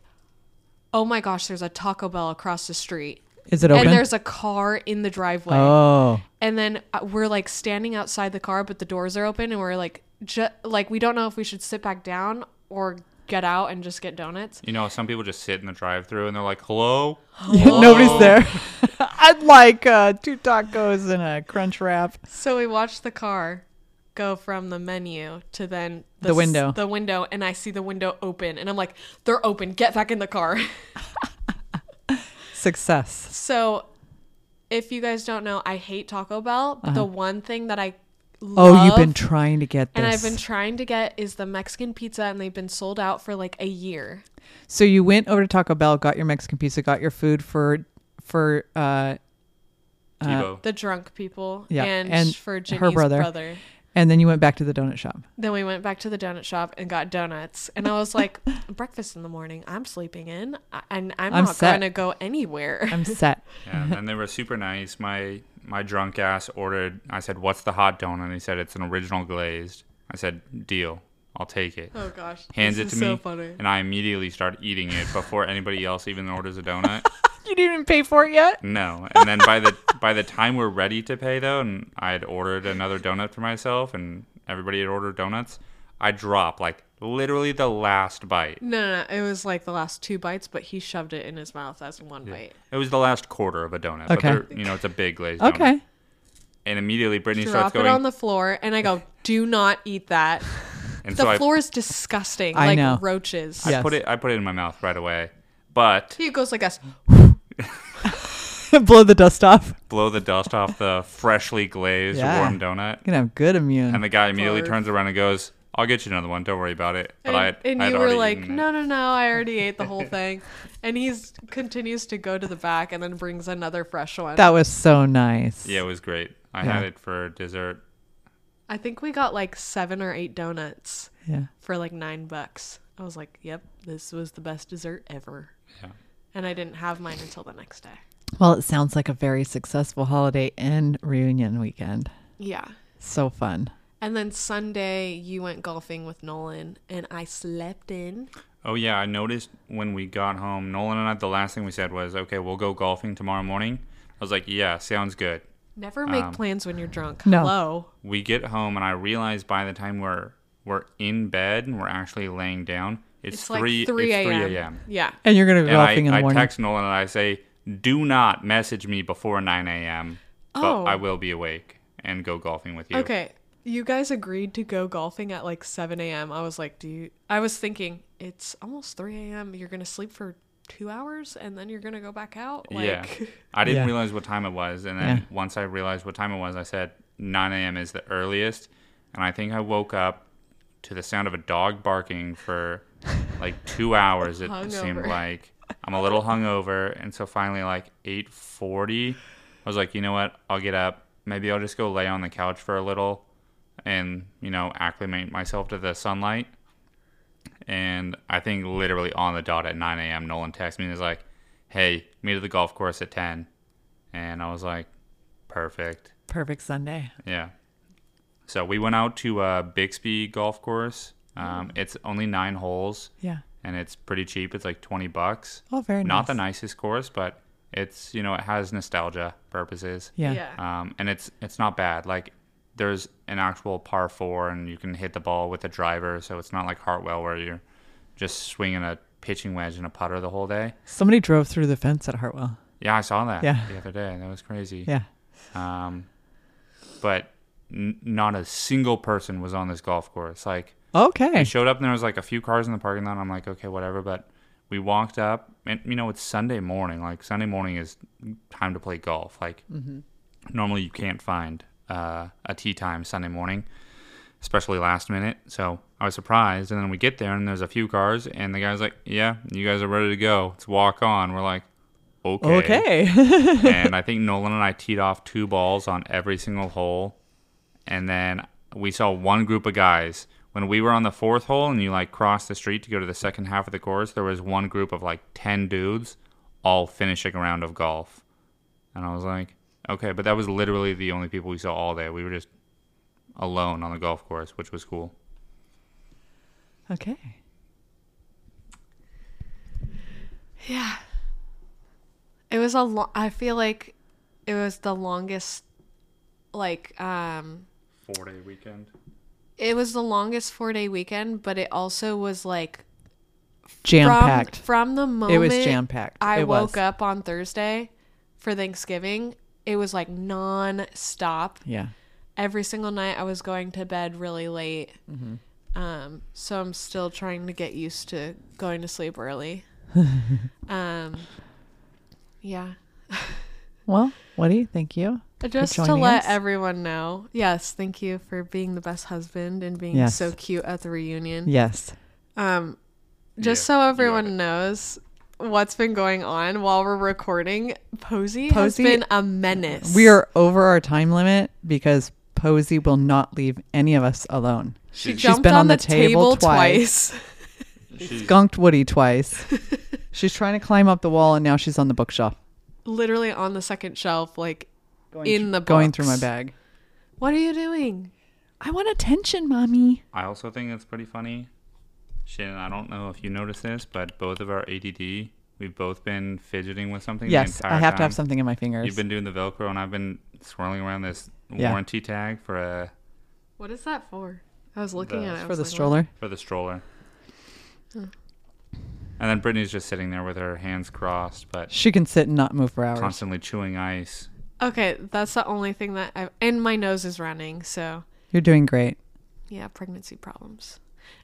A: oh my gosh, there's a Taco Bell across the street.
B: Is it open?
A: And there's a car in the driveway.
B: oh.
A: And then uh, we're like standing outside the car, but the doors are open, and we're like, ju- like we don't know if we should sit back down or get out and just get donuts.
C: You know, some people just sit in the drive through and they're like, hello?
B: Nobody's there. I'd like uh, two tacos and a crunch wrap.
A: So we watched the car go from the menu to then
B: The
A: s-
B: window.
A: the window, and I see the window open, and I'm like, "They're open. Get back in the car."
B: Success.
A: so, if you guys don't know, I hate Taco Bell. But The one thing that I
B: Uh-huh. Oh,
A: love,
B: you've been trying to get this.
A: and I've been trying to get is the Mexican pizza, and they've been sold out for like a year.
B: so you went over to Taco Bell, got your Mexican pizza, got your food for for uh,
C: Tebow.
A: The drunk people,
B: Yeah,
A: and,
B: and
A: for
B: her
A: Jimmy's
B: brother.
A: brother.
B: and then you went back to the donut shop.
A: Then we went back to the donut shop and got donuts. And I was like, breakfast in the morning. I'm sleeping in, I- and I'm,
B: I'm
A: not
B: set.
A: going to go anywhere.
B: I'm set.
C: Yeah, and they were super nice. My my drunk ass ordered. I said, "What's the hot donut?" And he said, "It's an original glazed." I said, "Deal, I'll take it."
A: Oh gosh,
C: Hands
A: this
C: it
A: is
C: to
A: so
C: me,
A: funny.
C: and I immediately start eating it before anybody else even orders a donut.
B: you didn't even pay for it yet.
C: no, and then by the by the time we're ready to pay though, and I had ordered another donut for myself, and everybody had ordered donuts, I drop like literally the last bite.
A: No, no, no, it was like the last two bites, but he shoved it in his mouth as one bite.
C: It was the last quarter of a donut.
B: Okay.
C: But they're- you know, it's a big glazed donut.
B: Okay.
C: and immediately Brittany
A: Drop
C: starts going.
A: it on the floor, and I go, "Do not eat that.
C: and
A: the
C: so
A: floor is disgusting,
B: I
A: like
B: know.
A: roaches."
C: I,
B: Yeah.
C: I put
B: Yes.
C: it. I put it in my mouth right away. But
A: He goes like us.
B: Blow the dust off. You're
C: blow the dust off the freshly glazed
B: Yeah.
C: warm donut,
B: gonna have good immune.
C: and the guy immediately
A: Barf.
C: turns around and goes, "I'll get you another one. Don't worry about it." But
A: And,
C: I had,
A: and
C: I had
A: you were
C: already
A: like,
C: eaten it.
A: no, no, no, I already ate the whole thing. And he's continues to go to the back and then brings another fresh one.
B: that was so nice.
C: Yeah, it was great. I
B: Yeah.
C: had it for dessert.
A: I think we got like seven or eight donuts
B: Yeah.
A: for like nine bucks. I was like, yep, this was the best dessert ever.
C: Yeah.
A: And I didn't have mine until the next day.
B: Well, it sounds like a very successful holiday and reunion weekend.
A: Yeah.
B: So fun.
A: And then Sunday, you went golfing with Nolan and I slept in.
C: Oh yeah, I noticed when we got home, Nolan and I. The last thing we said was, "Okay, we'll go golfing tomorrow morning." I was like, "Yeah, sounds good."
A: Never make
C: Um,
A: plans when you're drunk.
B: No.
A: Hello.
C: We get home, and I realize by the time we're we're in bed and we're actually laying down, it's,
A: It's
C: three
A: like 3
C: it's three
A: a.m.
C: a.m.
A: Yeah.
B: And you're gonna go
C: And I,
B: golfing in the
C: I
B: morning.
C: text Nolan and I say, "Do not message me before 9 a.m.
A: Oh.
C: But I will be awake and go golfing with you."
A: Okay. You guys agreed to go golfing at like 7 a.m. I was like, do you? I was thinking, it's almost 3 a.m. You're going to sleep for two hours and then you're going to go back out? Like,
C: yeah. I didn't
B: Yeah.
C: realize what time it was, and then
B: Yeah.
C: once I realized what time it was, I said 9 a.m. is the earliest, and I think I woke up to the sound of a dog barking for like two hours. It seemed
A: Hungover.
C: like I'm a little hungover, and so finally, like 8:40, I was like, you know what? I'll get up. Maybe I'll just go lay on the couch for a little, and you know, acclimate myself to the sunlight. And I think literally on the dot at 9 a.m., Nolan texts me and is like, hey, meet at the golf course at 10. And I was like, perfect.
B: Perfect Sunday.
C: Yeah. So we went out to uh, Bixby Golf Course. Um, It's only nine holes
B: Mm. Yeah.
C: and it's pretty cheap. It's like 20 bucks.
B: Oh, very
C: Not
B: nice.
C: the nicest course, but it's, you know, it has nostalgia purposes.
B: Yeah.
A: Yeah.
C: Um, and it's it's not bad. Like there's an actual par four, and you can hit the ball with a driver, so it's not like Hartwell where you're just swinging a pitching wedge and a putter the whole day.
B: Somebody drove through the fence at Hartwell.
C: Yeah, I saw that
B: Yeah.
C: the other day. That was crazy.
B: Yeah.
C: Um, but n- not a single person was on this golf course. Like
B: Okay.
C: I showed up and there was like a few cars in the parking lot. I'm like, okay, whatever. But we walked up, and you know, it's Sunday morning. Like Sunday morning is time to play golf. Like
B: Mm-hmm.
C: normally you can't find uh, a tea time Sunday morning, especially last minute. So I was surprised. And then we get there and there's a few cars, and the guy's like, yeah, you guys are ready to go. Let's walk on. We're like,
B: Okay.
C: and I think Nolan and I teed off two balls on every single hole. And then we saw one group of guys. When we were on the fourth hole and you like crossed the street to go to the second half of the course, there was one group of like 10 dudes all finishing a round of golf. And I was like, okay, but that was literally the only people we saw all day. We were just alone on the golf course, which was cool.
B: okay.
A: Yeah. It was a long, I feel like it was the longest, like, um,
C: Four day weekend.
A: it was the longest four day weekend, but it also was like
B: Jam
A: from,
B: packed.
A: from the moment
B: It was jam packed.
A: I
B: it
A: woke
B: was.
A: up on Thursday for Thanksgiving. It was like non-stop.
B: Yeah.
A: Every single night I was going to bed really late.
B: Mm-hmm.
A: Um, so I'm still trying to get used to going to sleep early. um, yeah.
B: Well, Woody, thank you. for
A: Just to
B: joining
A: let
B: us.
A: everyone know, yes, thank you for being the best husband and being
B: Yes.
A: so cute at the reunion.
B: Yes.
A: Um, just
C: Yeah,
A: so
C: you
A: everyone
C: are.
A: knows what's been going on while we're recording, Posey,
B: Posey-
A: has been a menace.
B: We are over our time limit because Posey will not leave any of us alone.
A: She
C: She's
A: jumped
B: been
A: on,
B: on
A: the,
B: the
A: table,
B: table
A: twice.
C: She's,
B: Skunked Woody twice. she's trying to climb up the wall and now she's on the bookshelf.
A: literally on the second shelf, like
B: Going
A: in the
B: going through my
A: books.
B: bag.
A: What are you doing?
B: I want attention, mommy.
C: I also think it's pretty funny. Shannon, I don't know if you noticed this, but both of our ADD, we've both been fidgeting with something.
B: Yes,
C: the entire
B: I have
C: time.
B: to have something in my fingers.
C: You've been doing the Velcro, and I've been swirling around this
B: Yeah.
C: warranty tag for a
A: What is that for? I was looking
C: The-
A: at it. I
B: for
A: was
B: the
A: like, what?
B: stroller.
C: for the stroller.
B: Hmm.
C: And then Brittany's just sitting there with her hands crossed, but
B: She can sit and not move for hours.
C: constantly chewing ice.
A: Okay, that's the only thing that I and my nose is running, so
B: You're doing great.
A: yeah, pregnancy problems.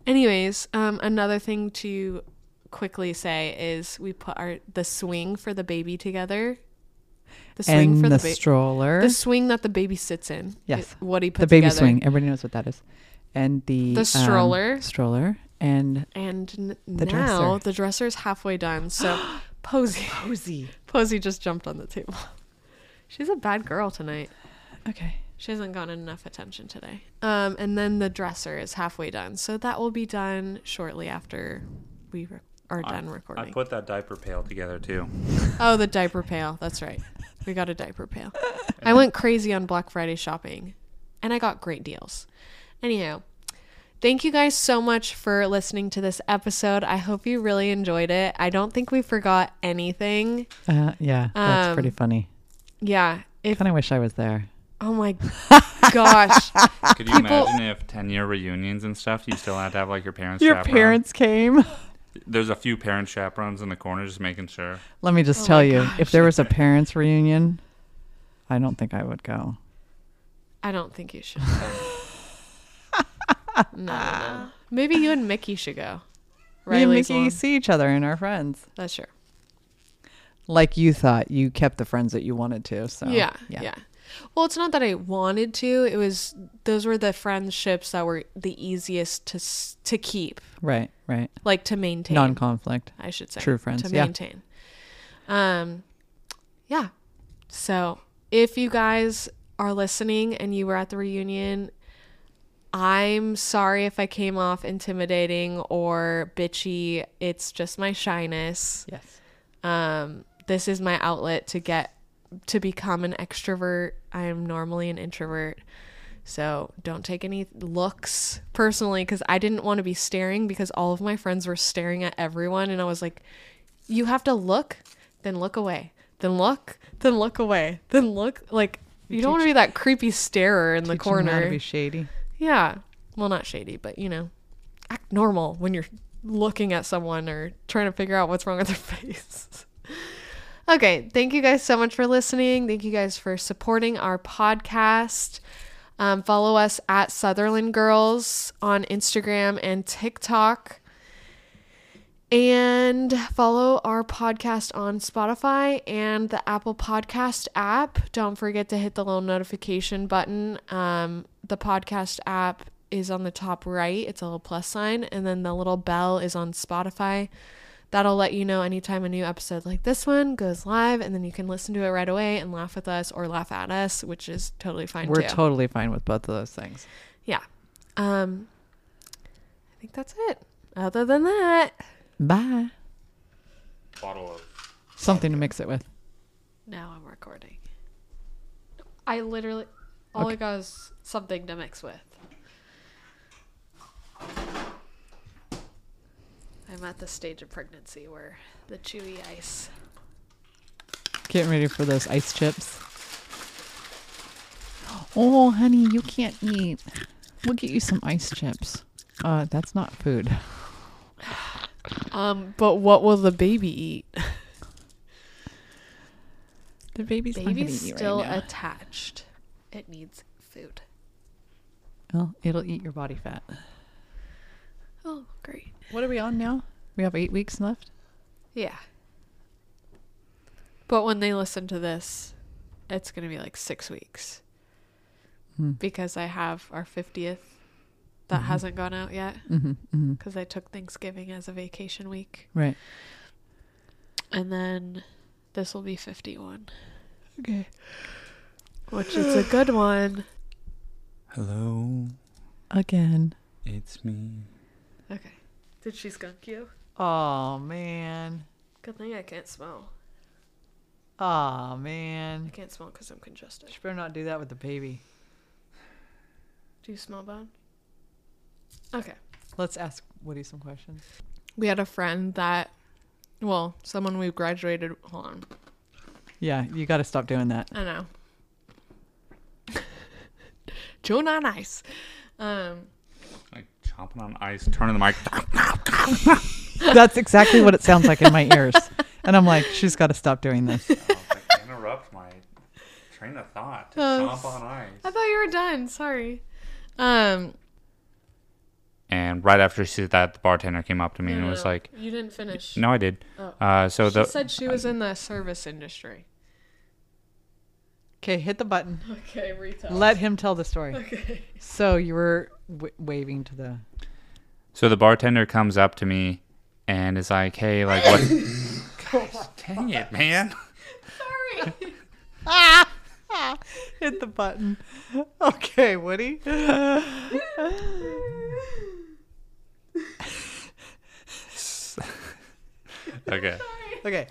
A: Anyways, um another thing to quickly say is we put our the swing for the baby together. The swing
B: and
A: for
B: the,
A: the, baby.
B: stroller,
A: the swing that the baby sits in.
B: Yes.
A: it- What he put
B: the baby
A: together.
B: swing. Everybody knows what that is. And the
A: The
B: um,
A: stroller.
B: stroller, and
A: And n-
B: The
A: now
B: dresser.
A: the dresser is halfway done. So Posy
B: cozy.
A: Posy just jumped on the table. She's a bad girl tonight.
B: Okay.
A: She hasn't gotten enough attention today. Um, and then the dresser is halfway done, so that will be done shortly after we re- are
C: I-
A: done recording.
C: I put that diaper pail together too.
A: oh, the diaper pail. That's right. We got a diaper pail. I went crazy on Black Friday shopping, and I got great deals. Anyhow, thank you guys so much for listening to this episode. I hope you really enjoyed it. I don't think we forgot anything.
B: Uh, yeah, that's
A: Um,
B: pretty funny.
A: Yeah. If
B: Kind of wish I was there.
A: oh my gosh.
C: Could you
A: People-
C: imagine if ten year reunions and stuff, you still had to have like your parents.
B: Your
C: chaperone?
B: parents came.
C: There's a few parent chaperones in the corner, just making sure.
B: Let me just
A: Oh
B: tell
A: my
B: you, if
A: gosh.
B: there was a parents reunion, I don't think I would go.
A: I don't think you should. no, no, no. Maybe you and Mickey should go.
B: Me and
A: Riley's
B: Mickey
A: one.
B: see each other and are friends.
A: That's sure.
B: Like you thought, you kept the friends that you wanted to. So
A: yeah, yeah, Well, it's not that I wanted to. It was those were the friendships that were the easiest to s- to keep,
B: right, right.
A: like to maintain.
B: Non-conflict.
A: I should say.
B: True friends,
A: To
B: yeah.
A: maintain. Um yeah. So if you guys are listening and you were at the reunion, I'm sorry if I came off intimidating or bitchy. It's just my shyness.
B: Yes.
A: Um this is my outlet to get to become an extrovert. I am normally an introvert. So don't take any looks personally because I didn't want to be staring because all of my friends were staring at everyone. And I was like, you have to look, then look away, then look, then look away, then look. Like, you don't want to be that creepy starer in the
B: Teach 'em how to
A: corner.
B: be shady.
A: yeah. Well, not shady, but you know, act normal when you're looking at someone or trying to figure out what's wrong with their face. Okay, thank you guys so much for listening. Thank you guys for supporting our podcast. Um, follow us at Sutherland Girls on Instagram and TikTok. And follow our podcast on Spotify and the Apple Podcast app. Don't forget to hit the little notification button. Um, the podcast app is on the top right, it's a little plus sign, and then the little bell is on Spotify. That'll let you know anytime a new episode like this one goes live, and then you can listen to it right away and laugh with us or laugh at us, which is totally fine
B: We're
A: too.
B: totally fine with both of those things.
A: yeah. Um, I think that's it. Other than that,
B: Bye.
C: Bottle of.
B: Something to mix it with.
A: Now I'm recording. I literally, all I got is something to mix with. I'm at the stage of pregnancy where the chewy ice.
B: Getting ready for those ice chips. Oh, honey, you can't eat. We'll get you some ice chips. Uh, that's not food.
A: Um, but what will the baby eat?
B: The baby's, not gonna
A: Baby's
B: eat
A: still
B: right now.
A: attached. It needs food.
B: well, it'll eat your body fat.
A: Oh, great.
B: What are we on now? We have eight weeks left.
A: Yeah. But when they listen to this, it's going to be like six weeks.
B: Hmm.
A: Because I have our 50th that hasn't gone out yet
B: Mm-hmm, mm-hmm.
A: because I took Thanksgiving as a vacation week.
B: Right.
A: And then this will be 51,
B: Okay.
A: which is a good one.
C: Hello,
B: Again.
C: it's me.
A: Okay. Did she skunk you?
B: Oh man.
A: Good thing I can't smell.
B: Oh
A: I
B: man.
A: can't smell because I'm congested.
B: She better not do that with the baby.
A: Do you smell bad? Okay.
B: Let's ask Woody some questions.
A: We had a friend that, well, someone we graduated. Hold on.
B: Yeah, you got to stop doing that.
A: I know. Joe not nice. Um,
C: Like chomping on ice, turning the mic.
B: That's exactly what it sounds like in my ears. And I'm like, she's got to stop doing this.
C: Oh, like, interrupt my train of thought.
A: Oh.
C: Chomp on ice.
A: I thought you were done. Sorry. Um,
C: And right after she said that, the bartender came up to me
A: no,
C: and
A: no,
C: was
A: no.
C: like,
A: "You didn't finish."
C: "No, I did."
A: Oh.
C: Uh, so the
A: she said she was in the service industry.
B: Okay, hit the button.
A: Okay, retail.
B: Let him tell the story.
A: okay.
B: So you were w- waving to the.
C: so the bartender comes up to me and is like, "Hey, like what?" Gosh, dang it, man!
A: Sorry.
B: Hit the button. Okay, Woody.
C: Okay.
B: Okay.